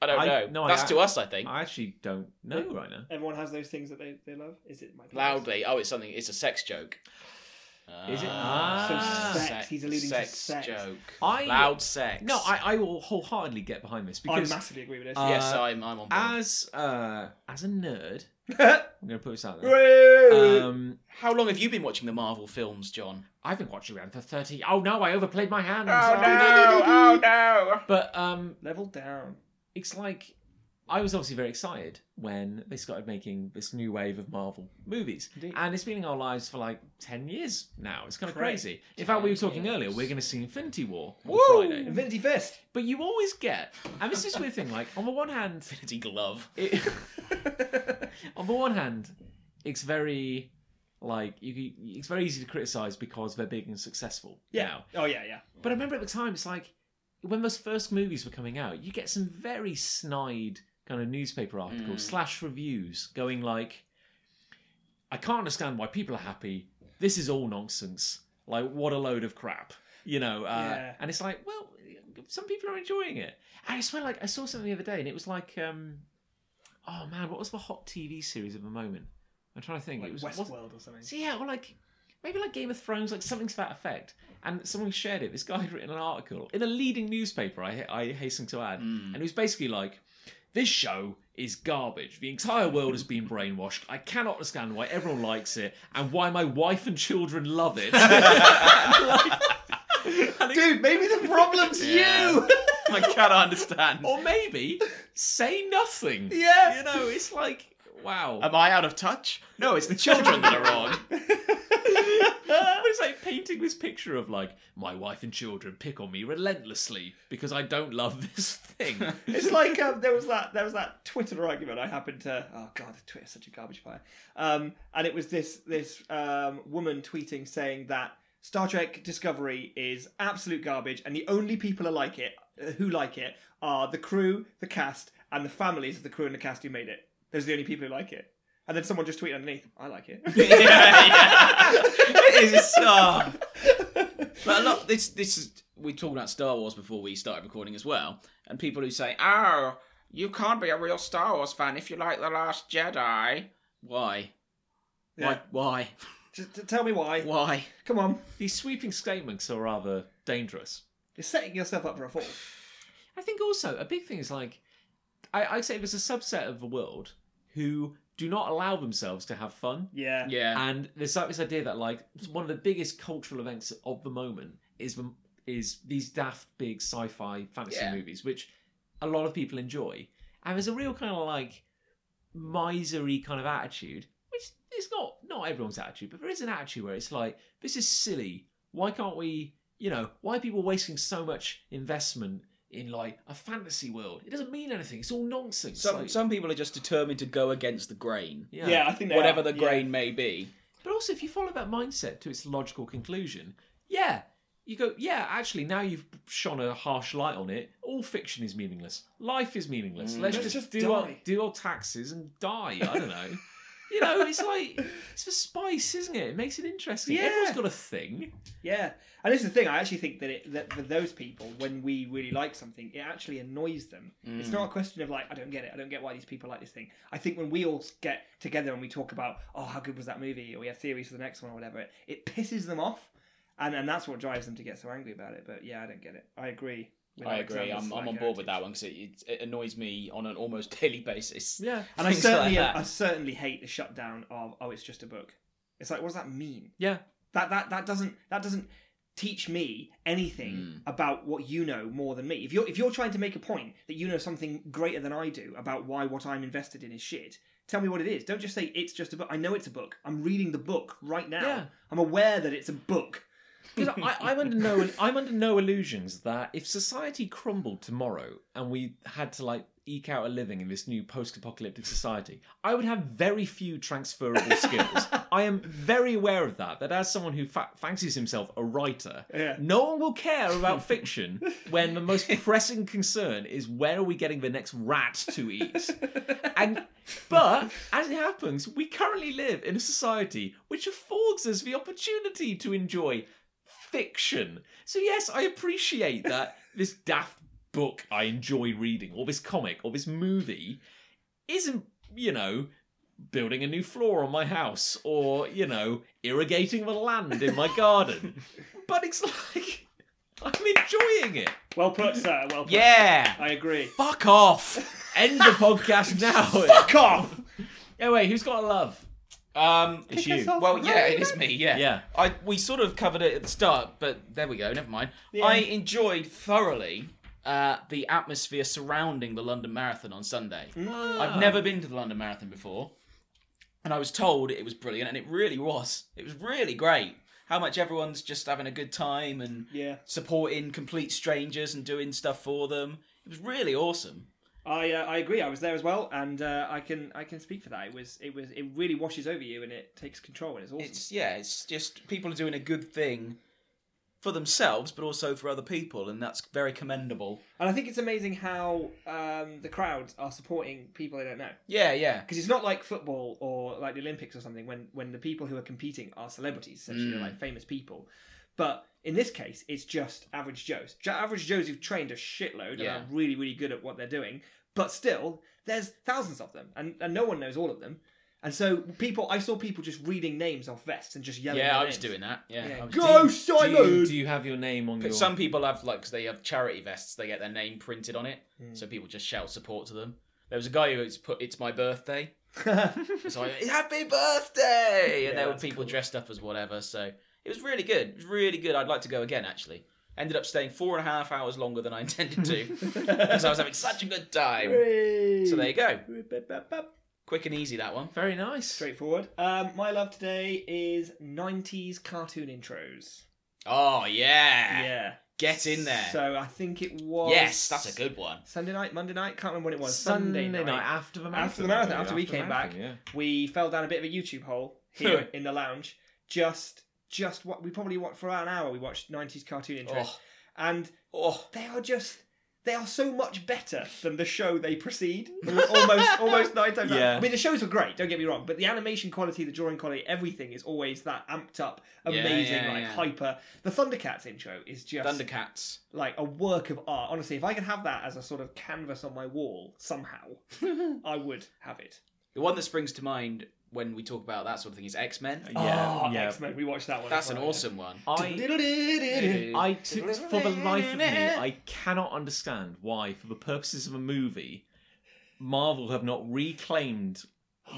Speaker 3: I don't
Speaker 1: I-
Speaker 3: know.
Speaker 1: no, I-
Speaker 3: That's
Speaker 1: I-
Speaker 3: to us, I think.
Speaker 1: I actually don't know right now.
Speaker 2: Everyone has those things that they, they love. Is it my penis?
Speaker 3: Loudly. Oh, it's something. It's a sex joke.
Speaker 1: Is it?
Speaker 3: Ah.
Speaker 1: Ah. So
Speaker 2: sex, he's alluding to
Speaker 3: sex
Speaker 2: sex.
Speaker 3: joke.
Speaker 1: I-
Speaker 3: Loud sex.
Speaker 1: No, I, I will wholeheartedly get behind this
Speaker 2: I
Speaker 1: because
Speaker 2: massively agree with this.
Speaker 1: Uh,
Speaker 3: Yes, I'm, I'm on board.
Speaker 1: as uh, as a nerd, I'm gonna put this out there.
Speaker 2: Woo!
Speaker 1: Um,
Speaker 3: How long have you been watching the Marvel films, John?
Speaker 1: I've been watching them for thirty. Oh no, I overplayed my hand.
Speaker 3: Oh no! Oh no!
Speaker 1: But um,
Speaker 2: Level down.
Speaker 1: it's like I was obviously very excited when they started making this new wave of Marvel movies.
Speaker 2: Indeed.
Speaker 1: And it's been in our lives for like 10 years now. It's kind of
Speaker 2: Correct.
Speaker 1: crazy. In fact, we were
Speaker 3: 10
Speaker 1: talking earlier, we're going to see Infinity War on Friday.
Speaker 2: Infinity Fist.
Speaker 1: But you always get, and this is weird thing, like, on the one hand,
Speaker 3: Infinity glove.
Speaker 1: it, on the one hand, it's very like you, you- it's very easy to criticize because they're big and successful.
Speaker 2: Yeah.
Speaker 1: now.
Speaker 2: Oh yeah, yeah.
Speaker 1: But I remember at the time, it's like when those first movies were coming out, you get some very snide kind of newspaper articles
Speaker 2: Mm.
Speaker 1: slash reviews going like, "I can't understand why people are happy. This is all nonsense. Like, what a load of crap." You know, uh,
Speaker 2: Yeah.
Speaker 1: and it's like, well, some people are enjoying it. I swear, like I saw something the other day, and it was like, um, oh man, what was the hot TV series of the moment? I'm trying to think.
Speaker 2: Like
Speaker 1: it was was-
Speaker 2: Westworld or something.
Speaker 1: so yeah, or like maybe like Game of Thrones, like something to that effect. And someone shared it. This guy had written an article in a leading newspaper. I I hasten to add,
Speaker 4: Hmm.
Speaker 1: and it was basically like. This show is garbage. The entire world has been brainwashed. I cannot understand why everyone likes it and why my wife and children love it. And it-
Speaker 2: Dude, maybe the problem's you.
Speaker 4: I cannot understand.
Speaker 3: Oh.
Speaker 1: or maybe say nothing.
Speaker 2: Yeah.
Speaker 1: You know, it's like, wow.
Speaker 4: Am I out of touch? No, it's the children that are wrong.
Speaker 1: but it's like painting this picture of like my wife and children pick on me relentlessly because I don't love this thing.
Speaker 2: It's like um, there was that there was that Twitter argument I happened to. Oh god, Twitter's such a garbage fire. Um, and it was this this um, woman tweeting saying that Star Trek Discovery is absolute garbage, and the only people who like it uh, who like it are the crew, the cast, and the families of the crew and the cast who made it. Those are the only people who like it. And then someone just tweeted underneath, "I like it."
Speaker 4: yeah, yeah. It is it's, uh,
Speaker 3: But a lot this this is we talked about Star Wars before we started recording as well, and people who say, "Oh, you can't be a real Star Wars fan if you like the Last Jedi." Why?
Speaker 2: Yeah.
Speaker 3: Why?
Speaker 2: just, t- tell me why.
Speaker 3: Why? Why?
Speaker 2: Come on,
Speaker 1: These sweeping statements are rather dangerous.
Speaker 2: you're setting yourself up for a fall.
Speaker 1: I think also a big thing is like I, I'd say there's a subset of the world who do not allow themselves to have fun.
Speaker 2: Yeah.
Speaker 3: Yeah.
Speaker 1: And there's like this idea that like one of the biggest cultural events of the moment is the, is these daft big sci-fi fantasy
Speaker 3: Yeah.
Speaker 1: movies, which a lot of people enjoy. And there's a real kind of like misery kind of attitude, which is not not everyone's attitude, but there is an attitude where it's like this is silly. Why can't we? You know, why are people wasting so much investment in like a fantasy world? It doesn't mean anything. It's all nonsense.
Speaker 3: Some
Speaker 1: Like,
Speaker 3: some people are just determined to go against the grain,
Speaker 2: Yeah, I think they
Speaker 3: whatever
Speaker 2: are.
Speaker 3: the
Speaker 2: Yeah.
Speaker 3: grain may be.
Speaker 1: But also, if you follow that mindset to its logical conclusion, yeah, you go, yeah, actually, now you've shone a harsh light on it. All fiction is meaningless. Life is meaningless. Mm, Let's,
Speaker 2: Let's
Speaker 1: just,
Speaker 2: just
Speaker 1: do our,
Speaker 2: die.
Speaker 1: do our taxes and die. I don't know. you know, it's like it's the spice, isn't it? It makes it interesting.
Speaker 2: Yeah.
Speaker 1: Everyone's got a thing.
Speaker 2: Yeah, and this is the thing. I actually think that it, that for those people, when we really like something, it actually annoys them.
Speaker 3: Mm.
Speaker 2: It's not a question of like, I don't get it. I don't get why these people like this thing. I think when we all get together and we talk about, oh, how good was that movie, or we have theories for the next one, or whatever, it, it pisses them off, and and that's what drives them to get so angry about it. But yeah, I don't get it. I agree. with
Speaker 3: I agree.
Speaker 2: Alexander's
Speaker 3: I'm, I'm on
Speaker 2: slack
Speaker 3: board with that
Speaker 2: attitude.
Speaker 3: one because it, it, it annoys me on an almost daily basis.
Speaker 1: Yeah.
Speaker 2: And I
Speaker 3: Things like
Speaker 2: certainly,
Speaker 3: that.
Speaker 2: I certainly hate the shutdown of, oh, it's just a book. It's like, what does that mean?
Speaker 1: Yeah.
Speaker 2: That that that doesn't that doesn't teach me anything about what you know more than me. If you're if you're trying to make a point that you know something greater than I do about why what I'm invested in is shit, tell me what it is. Don't just say it's just a book. I know it's a book. I'm reading the book right now.
Speaker 1: Yeah.
Speaker 2: I'm aware that it's a book.
Speaker 1: Because I- I'm under no I'm under no illusions that if society crumbled tomorrow and we had to like eke out a living in this new post-apocalyptic society, I would have very few transferable skills. I am very aware of that. That as someone who fa- fancies himself a writer,
Speaker 2: Yeah.
Speaker 1: no one will care about fiction when the most pressing concern is where are we getting the next rat to eat. And but as it happens, we currently live in a society which affords us the opportunity to enjoy fiction. So yes, I appreciate that this daft book I enjoy reading, or this comic, or this movie, isn't you know building a new floor on my house, or you know irrigating the land in my garden. But it's like I'm enjoying it.
Speaker 2: Well put, sir. Well put.
Speaker 4: yeah.
Speaker 2: I agree.
Speaker 4: Fuck off.
Speaker 1: End the podcast now.
Speaker 2: Fuck off.
Speaker 1: Yeah, wait, who's got a love?
Speaker 4: Um.
Speaker 1: It's you.
Speaker 4: Well, yeah, it is me. Yeah.
Speaker 1: Yeah.
Speaker 4: I we sort of covered it at the start, but there we go. Never mind. I enjoyed thoroughly
Speaker 3: uh, the atmosphere surrounding the London Marathon on Sunday.
Speaker 2: Mm. Ah.
Speaker 3: I've never been to the London Marathon before, and I was told it was brilliant, and it really was. It was really great. How much everyone's just having a good time and
Speaker 2: Yeah.
Speaker 3: supporting complete strangers and doing stuff for them. It was really awesome.
Speaker 2: I uh, I agree. I was there as well, and uh, I can I can speak for that. It was it was it really washes over you, and it takes control, and it's awesome.
Speaker 3: It's yeah, it's just people are doing a good thing for themselves, but also for other people, and that's very commendable.
Speaker 2: And I think it's amazing how um, the crowds are supporting people they don't know.
Speaker 3: Yeah, yeah.
Speaker 2: Because it's not like football or like the Olympics or something when, when the people who are competing are celebrities, essentially, they're
Speaker 3: Mm.
Speaker 2: like famous people. But in this case, it's just average Joes. Jo- Average Joes who've trained a shitload
Speaker 3: Yeah.
Speaker 2: and are really, really good at what they're doing. But still, there's thousands of them, and, and no one knows all of them. And so people, I saw people just reading names off vests and just yelling.
Speaker 3: Yeah,
Speaker 2: their
Speaker 3: I was
Speaker 2: names.
Speaker 3: doing that. Yeah.
Speaker 2: Yeah.
Speaker 3: I was
Speaker 2: Go
Speaker 3: doing-
Speaker 1: Do
Speaker 2: Simon!
Speaker 1: you, do you have your name on your?
Speaker 3: But some people have like 'cause they have charity vests. They get their name printed on it,
Speaker 2: Hmm.
Speaker 3: so people just shout support to them. There was a guy who was put "It's my birthday," so I went, "Happy birthday!" And
Speaker 2: Yeah,
Speaker 3: there were
Speaker 2: that's
Speaker 3: people dressed up as whatever. So it was really good. It was really good. I'd like to go again. Actually, ended up staying four and a half hours longer than I intended to because I was having such a good time. So there you go. Quick and easy that one.
Speaker 1: very nice.
Speaker 2: Straightforward. Um, my love today is 90s cartoon intros.
Speaker 3: Oh yeah,
Speaker 2: Yeah.
Speaker 3: get in there.
Speaker 2: So I think it was.
Speaker 3: yes, that's a good one.
Speaker 2: Sunday night, Monday night, can't remember when it was.
Speaker 1: Sunday, night, after the marathon.
Speaker 2: After the marathon,
Speaker 1: yeah,
Speaker 2: after we
Speaker 1: the
Speaker 2: came
Speaker 1: marathon,
Speaker 2: back. We fell down a bit of a YouTube hole here in the lounge. Just, just what we probably watched for an hour. We watched 90s cartoon intros,
Speaker 3: Oh.
Speaker 2: and
Speaker 3: Oh,
Speaker 2: they are just. They are so much better than the show they precede. almost, almost nine times. out.
Speaker 1: Yeah.
Speaker 2: I mean, the shows were great. Don't get me wrong, but the animation quality, the drawing quality, everything is always that amped up,
Speaker 3: Yeah,
Speaker 2: amazing,
Speaker 3: yeah,
Speaker 2: like
Speaker 3: yeah.
Speaker 2: hyper. The Thundercats intro is just
Speaker 3: Oh, Thundercats.
Speaker 2: like a work of art. Honestly, if I could have that as a sort of canvas on my wall somehow, I would have it.
Speaker 3: The one that springs to mind when we talk about that sort of thing is X Men.
Speaker 1: Yeah,
Speaker 2: oh,
Speaker 1: yeah.
Speaker 2: X-Men. We watched that one.
Speaker 3: That's
Speaker 2: as
Speaker 3: an
Speaker 2: well, yeah.
Speaker 3: awesome one.
Speaker 1: I, I t- for the life of me, I cannot understand why, for the purposes of a movie, Marvel have not reclaimed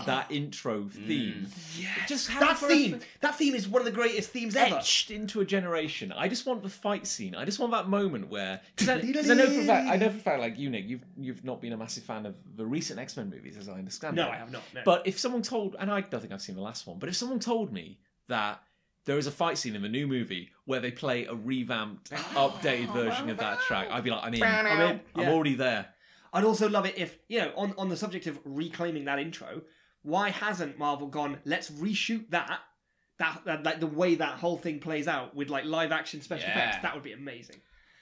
Speaker 1: that intro theme.
Speaker 2: Mm. Yes.
Speaker 1: Just have it
Speaker 2: that
Speaker 1: for a
Speaker 2: theme.
Speaker 1: f-
Speaker 2: That theme is one of the greatest themes ever.
Speaker 1: etched into a generation. I just want the fight scene. I just want that moment where because I, 'cause I know for a fact, I know for a fact, like you, Nick, you've you've not been a massive fan of the recent X Men movies, as I understand.
Speaker 2: No,
Speaker 1: it.
Speaker 2: I have not. No.
Speaker 1: But if someone told, and I don't think I've seen the last one, but if someone told me that there is a fight scene in the new movie where they play a revamped, updated version of that track, I'd be like, I'm in, I'm in, I'm
Speaker 2: Yeah.
Speaker 1: already there.
Speaker 2: I'd also love it if you know, on on the subject of reclaiming that intro, why hasn't Marvel gone? Let's reshoot that. That, that like the way that whole thing plays out with like live action special
Speaker 3: Yeah.
Speaker 2: effects. That would be amazing.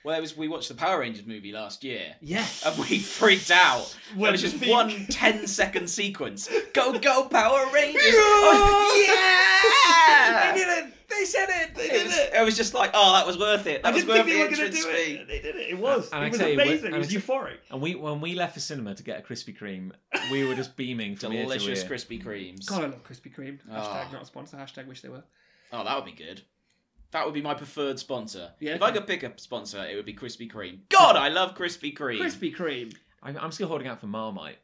Speaker 3: Well, there was we watched the Power Rangers movie last year.
Speaker 2: Yes.
Speaker 3: And we freaked out.
Speaker 2: When
Speaker 3: there was just
Speaker 2: the-
Speaker 3: one 10 second sequence. Go, go, Power Rangers! Oh, yeah!
Speaker 2: They did it. They said it. They
Speaker 3: It
Speaker 2: did
Speaker 3: was,
Speaker 2: it.
Speaker 3: it was just like, oh, that was worth it. That
Speaker 2: I
Speaker 3: was
Speaker 2: didn't
Speaker 3: worth
Speaker 2: think they were
Speaker 3: the
Speaker 2: going to
Speaker 3: entrance
Speaker 2: do
Speaker 3: fee.
Speaker 2: it. They did it. It was.
Speaker 1: And I
Speaker 2: it was
Speaker 1: tell you, when-
Speaker 2: amazing. It
Speaker 1: and
Speaker 2: was
Speaker 1: I tell-
Speaker 2: euphoric.
Speaker 1: And we, when we left the cinema to get a Krispy Kreme, we were just beaming from ear to
Speaker 3: Delicious
Speaker 1: ear.
Speaker 3: Krispy Kremes.
Speaker 2: God, I love Krispy Kreme. Hashtag
Speaker 3: Ah.
Speaker 2: not a sponsor. Hashtag wish they were.
Speaker 3: Oh, that would be good. That would be my preferred sponsor.
Speaker 2: Yeah,
Speaker 3: if
Speaker 2: okay.
Speaker 3: I could pick a sponsor, it would be Krispy Kreme. God, I love Krispy Kreme.
Speaker 2: Krispy Kreme.
Speaker 1: I'm, I'm still holding out for Marmite.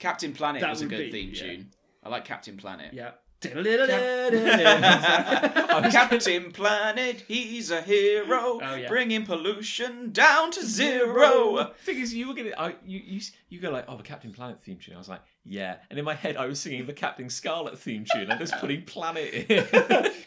Speaker 3: Captain Planet
Speaker 2: That
Speaker 3: was a
Speaker 2: would
Speaker 3: good
Speaker 2: be-
Speaker 3: theme
Speaker 2: yeah.
Speaker 3: tune. I like Captain Planet.
Speaker 2: Yeah.
Speaker 3: Captain Planet, he's a hero,
Speaker 2: Oh, yeah.
Speaker 3: bringing pollution down to zero.
Speaker 1: Thing is, you were gonna, I, you, you you go like, oh, the Captain Planet theme tune. I was like, yeah. And in my head, I was singing the Captain Scarlet theme tune. I'm just putting Planet in.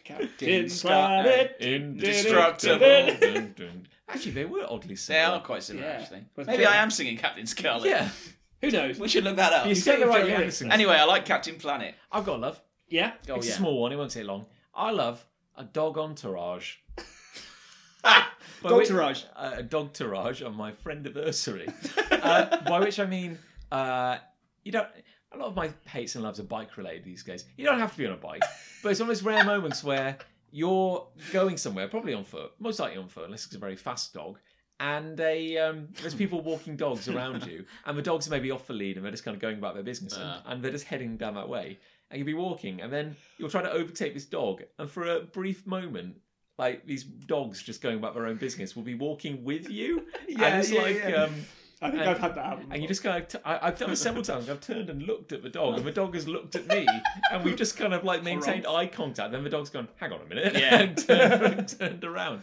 Speaker 2: Captain
Speaker 3: Scott-
Speaker 2: Planet.
Speaker 1: Indestructible.
Speaker 3: Indestructible.
Speaker 1: Dun, dun. Actually, they were oddly
Speaker 3: They
Speaker 1: similar.
Speaker 3: are quite similar,
Speaker 2: Yeah.
Speaker 3: actually.
Speaker 2: Was
Speaker 3: Maybe
Speaker 2: Joe-
Speaker 3: I am singing Captain Scarlet.
Speaker 1: Yeah.
Speaker 2: Who knows?
Speaker 3: We should look that up.
Speaker 1: You say
Speaker 2: the
Speaker 1: the
Speaker 2: right
Speaker 1: right
Speaker 2: lyrics.
Speaker 3: Anyway, I like Captain Planet.
Speaker 1: I've got a love.
Speaker 2: Yeah.
Speaker 3: Oh,
Speaker 1: it's
Speaker 3: yeah.
Speaker 1: a small one. It won't take long. I love a dog entourage. By
Speaker 2: Dog
Speaker 1: which-
Speaker 2: entourage.
Speaker 1: Uh, a dog entourage on my friendiversary. uh, by which I mean, uh, you don't. A lot of my hates and loves are bike related these days. You don't have to be on a bike, but it's one of those rare moments where you're going somewhere, probably on foot, most likely on foot, unless it's a very fast dog. And a um, there's people walking dogs around you, and the dogs are maybe off the lead, and they're just kind of going about their business, and,
Speaker 3: Ah.
Speaker 1: and they're just heading down that way. And you'll be walking, and then you'll try to overtake this dog, and for a brief moment, like these dogs just going about their own business will be walking with you. and it's
Speaker 2: yeah,
Speaker 1: like,
Speaker 2: yeah.
Speaker 1: Um,
Speaker 2: I think
Speaker 3: Uh,
Speaker 1: And-
Speaker 2: I've had that happen.
Speaker 1: and you just kind of, t- I, I've done it several times. I've turned and looked at the dog, and the dog has looked at me, and we've just kind of like maintained eye contact. Then the dog's gone, hang on a minute,
Speaker 3: Yeah.
Speaker 1: and turned, turned around.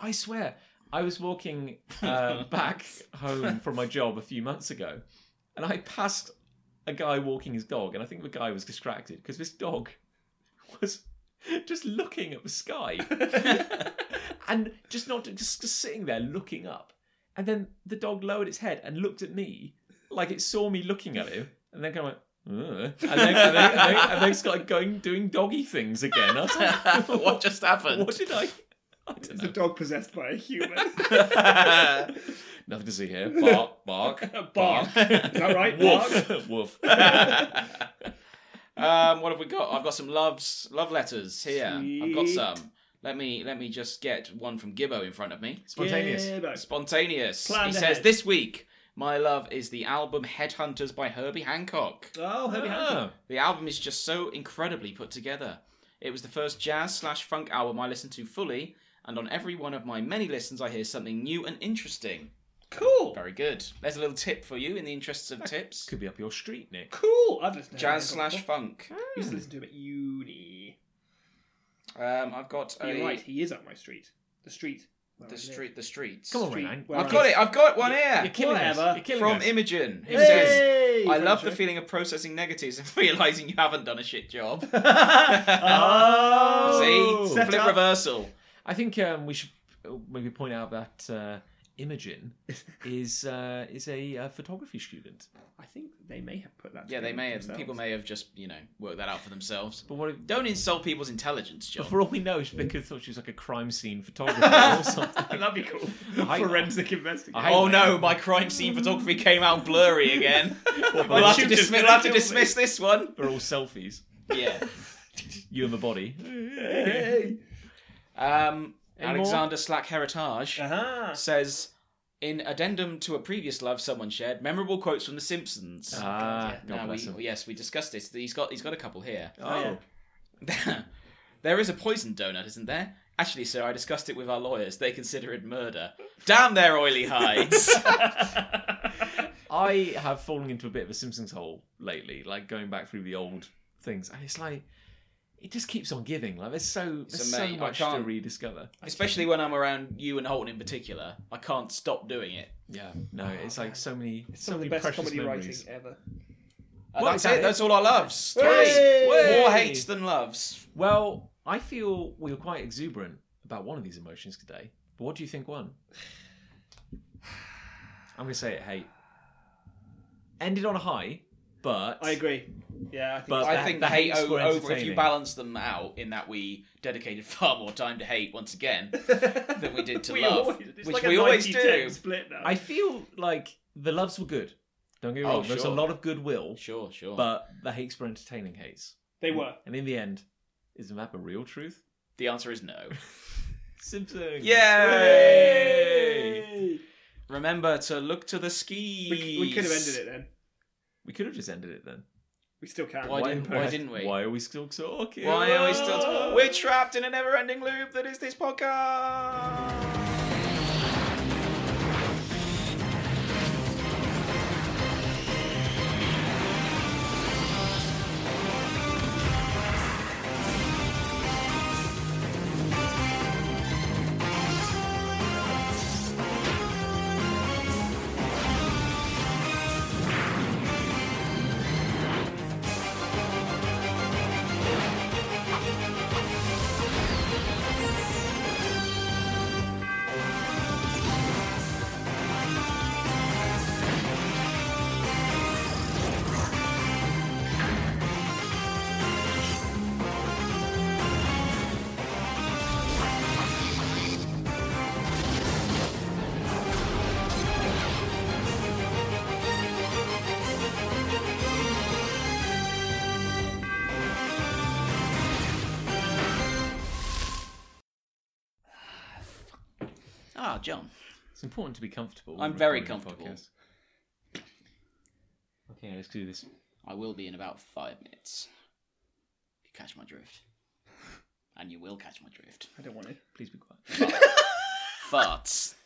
Speaker 1: I swear, I was walking uh, back home from my job a few months ago, and I passed a guy walking his dog, and I think the guy was distracted because this dog was just looking at the sky and just not just, just sitting there looking up. And then the dog lowered its head and looked at me like it saw me looking at him, and then kind of. Went, "Ugh," and then, and then, and then, and then started going doing doggy things again. I was like,
Speaker 4: what just happened?
Speaker 1: what did I? I don't
Speaker 2: It's a dog possessed by a human. Is
Speaker 1: Nothing to see here. Bark, bark, bark.
Speaker 2: that right? Mark?
Speaker 1: Woof, woof.
Speaker 4: um,
Speaker 3: What have we got? I've got some loves, love letters here. I've got
Speaker 2: Sweet.
Speaker 3: some. Let me let me just get one from Gibbo in front of me.
Speaker 1: Spontaneous.
Speaker 2: Yeah, no.
Speaker 3: Spontaneous.
Speaker 2: Planned
Speaker 3: he says
Speaker 2: ahead.
Speaker 3: this week, my love is the album Headhunters by Herbie Hancock.
Speaker 2: Oh, heavy handed.
Speaker 1: Ah,
Speaker 3: The album is just so incredibly put together. It was the first jazz slash funk album I listened to fully, and on every one of my many listens, I hear something new and interesting.
Speaker 2: Cool.
Speaker 3: Very good. There's a little tip for you in the interests of tips.
Speaker 1: could be up your street, Nick.
Speaker 2: Cool. I've listened to
Speaker 3: Jazz
Speaker 2: Heavy Handed
Speaker 3: slash
Speaker 2: before.
Speaker 3: funk.
Speaker 2: I used to listen to him at uni.
Speaker 3: Um, I've got a,
Speaker 2: You're right. He is up my street. The street. where I
Speaker 3: the
Speaker 2: live.
Speaker 3: street, the streets.
Speaker 1: Come on,
Speaker 2: Street,
Speaker 1: Ryan.
Speaker 2: where
Speaker 3: I've
Speaker 2: I
Speaker 3: got
Speaker 2: live.
Speaker 3: it. I've got one here.
Speaker 1: You're killing
Speaker 2: Whatever.
Speaker 1: us. You're killing
Speaker 3: from
Speaker 1: us.
Speaker 3: Imogen, who
Speaker 1: Hey!
Speaker 3: says,
Speaker 2: Hey,
Speaker 3: "I love the
Speaker 2: Sancho.
Speaker 3: feeling of processing negatives and realizing you haven't done a shit job."
Speaker 2: oh,
Speaker 1: Oh.
Speaker 3: See,
Speaker 2: Set
Speaker 3: flip
Speaker 2: up.
Speaker 3: reversal.
Speaker 1: I think um, we should uh, maybe point out that uh, Imogen is uh, is a uh, photography student.
Speaker 2: I think they may have put that.
Speaker 3: Yeah, they
Speaker 2: together
Speaker 3: may have.
Speaker 2: themselves.
Speaker 3: People may have just you know worked that out for themselves.
Speaker 1: But what if,
Speaker 3: Don't insult people's intelligence, John.
Speaker 1: for all we know, she could have thought she was like a crime scene photographer or something.
Speaker 2: That'd be cool.
Speaker 1: I-
Speaker 2: Forensic investigation.
Speaker 1: I-
Speaker 3: Oh no, my crime scene photography came out blurry again. we'll have to,
Speaker 2: shooters
Speaker 3: dismiss,
Speaker 2: gonna
Speaker 3: we'll have to
Speaker 2: kill me.
Speaker 3: dismiss this one.
Speaker 1: They're all selfies.
Speaker 3: Yeah.
Speaker 1: You and the body.
Speaker 2: Hey.
Speaker 3: Um,
Speaker 1: Any more?
Speaker 3: Alexander Slack Heritage
Speaker 2: Uh-huh.
Speaker 3: says, in addendum to a previous love someone shared, memorable quotes from The Simpsons.
Speaker 1: Ah, God
Speaker 3: Now,
Speaker 1: bless
Speaker 3: we-
Speaker 1: him.
Speaker 3: yes, we discussed this. He's got he's got a couple here.
Speaker 1: Oh,
Speaker 2: yeah.
Speaker 3: there is a poison donut, isn't there? Actually, sir, I discussed it with our lawyers. They consider it murder. Damn their oily hides.
Speaker 1: I have fallen into a bit of a Simpsons hole lately, like going back through the old things, and it's like it just keeps on giving. Like there's so
Speaker 3: It's
Speaker 1: there's
Speaker 3: a
Speaker 1: so
Speaker 3: mate, I
Speaker 1: much to
Speaker 3: can't-
Speaker 1: rediscover.
Speaker 3: Especially when I'm around you and Holton in particular. I can't stop doing it.
Speaker 1: Yeah, no, it's like so many
Speaker 2: Oh, It's
Speaker 1: so
Speaker 2: some of the
Speaker 1: many
Speaker 2: best
Speaker 1: precious
Speaker 2: comedy
Speaker 1: memories.
Speaker 2: writing ever.
Speaker 3: Uh,
Speaker 1: Well,
Speaker 3: that's
Speaker 1: that
Speaker 3: it.
Speaker 1: is-
Speaker 3: That's all our loves. Three.
Speaker 2: Hey!
Speaker 3: More
Speaker 1: Hey!
Speaker 3: hates than loves.
Speaker 1: Well, I feel we were quite exuberant about one of these emotions today. But what do you think won? I'm gonna say it. Hate ended on a high, but
Speaker 2: I agree. Yeah, I think.
Speaker 1: But-
Speaker 2: But,
Speaker 3: I
Speaker 1: the-
Speaker 3: think
Speaker 1: the
Speaker 3: the hate
Speaker 1: hates
Speaker 3: o-
Speaker 1: were
Speaker 3: over. If you
Speaker 1: entertaining.
Speaker 3: balance them out, in that we dedicated far more time to hate once again than we did to
Speaker 2: we
Speaker 3: love,
Speaker 2: always, it's
Speaker 3: which
Speaker 2: like a
Speaker 3: we always
Speaker 2: 90-10
Speaker 3: do.
Speaker 2: Split now.
Speaker 1: I feel like the loves were good. Don't get me
Speaker 3: Oh,
Speaker 1: wrong. There's a
Speaker 3: sure.
Speaker 1: lot of goodwill,
Speaker 3: Sure, sure.
Speaker 1: but the hates were entertaining hates.
Speaker 2: they were.
Speaker 1: And in the end, isn't that the real truth?
Speaker 3: the answer is no.
Speaker 1: Simpsons.
Speaker 3: Yay!
Speaker 2: Hey.
Speaker 3: Remember to look to the skis.
Speaker 2: We, c- we could have ended it then.
Speaker 1: We could have just ended it then.
Speaker 2: We still can.
Speaker 3: Why didn't- why didn't we?
Speaker 1: Why are we still talking?
Speaker 3: Why are we still? We're trapped in a never-ending loop that is this podcast. Ah, John.
Speaker 1: It's important to be comfortable.
Speaker 3: I'm
Speaker 1: when
Speaker 3: very
Speaker 1: recording a
Speaker 3: comfortable.
Speaker 1: podcast. Okay, let's do this.
Speaker 3: I will be in about five minutes. If you catch my drift. And you will catch my drift.
Speaker 2: I don't want to.
Speaker 1: Please be quiet.
Speaker 3: Farts.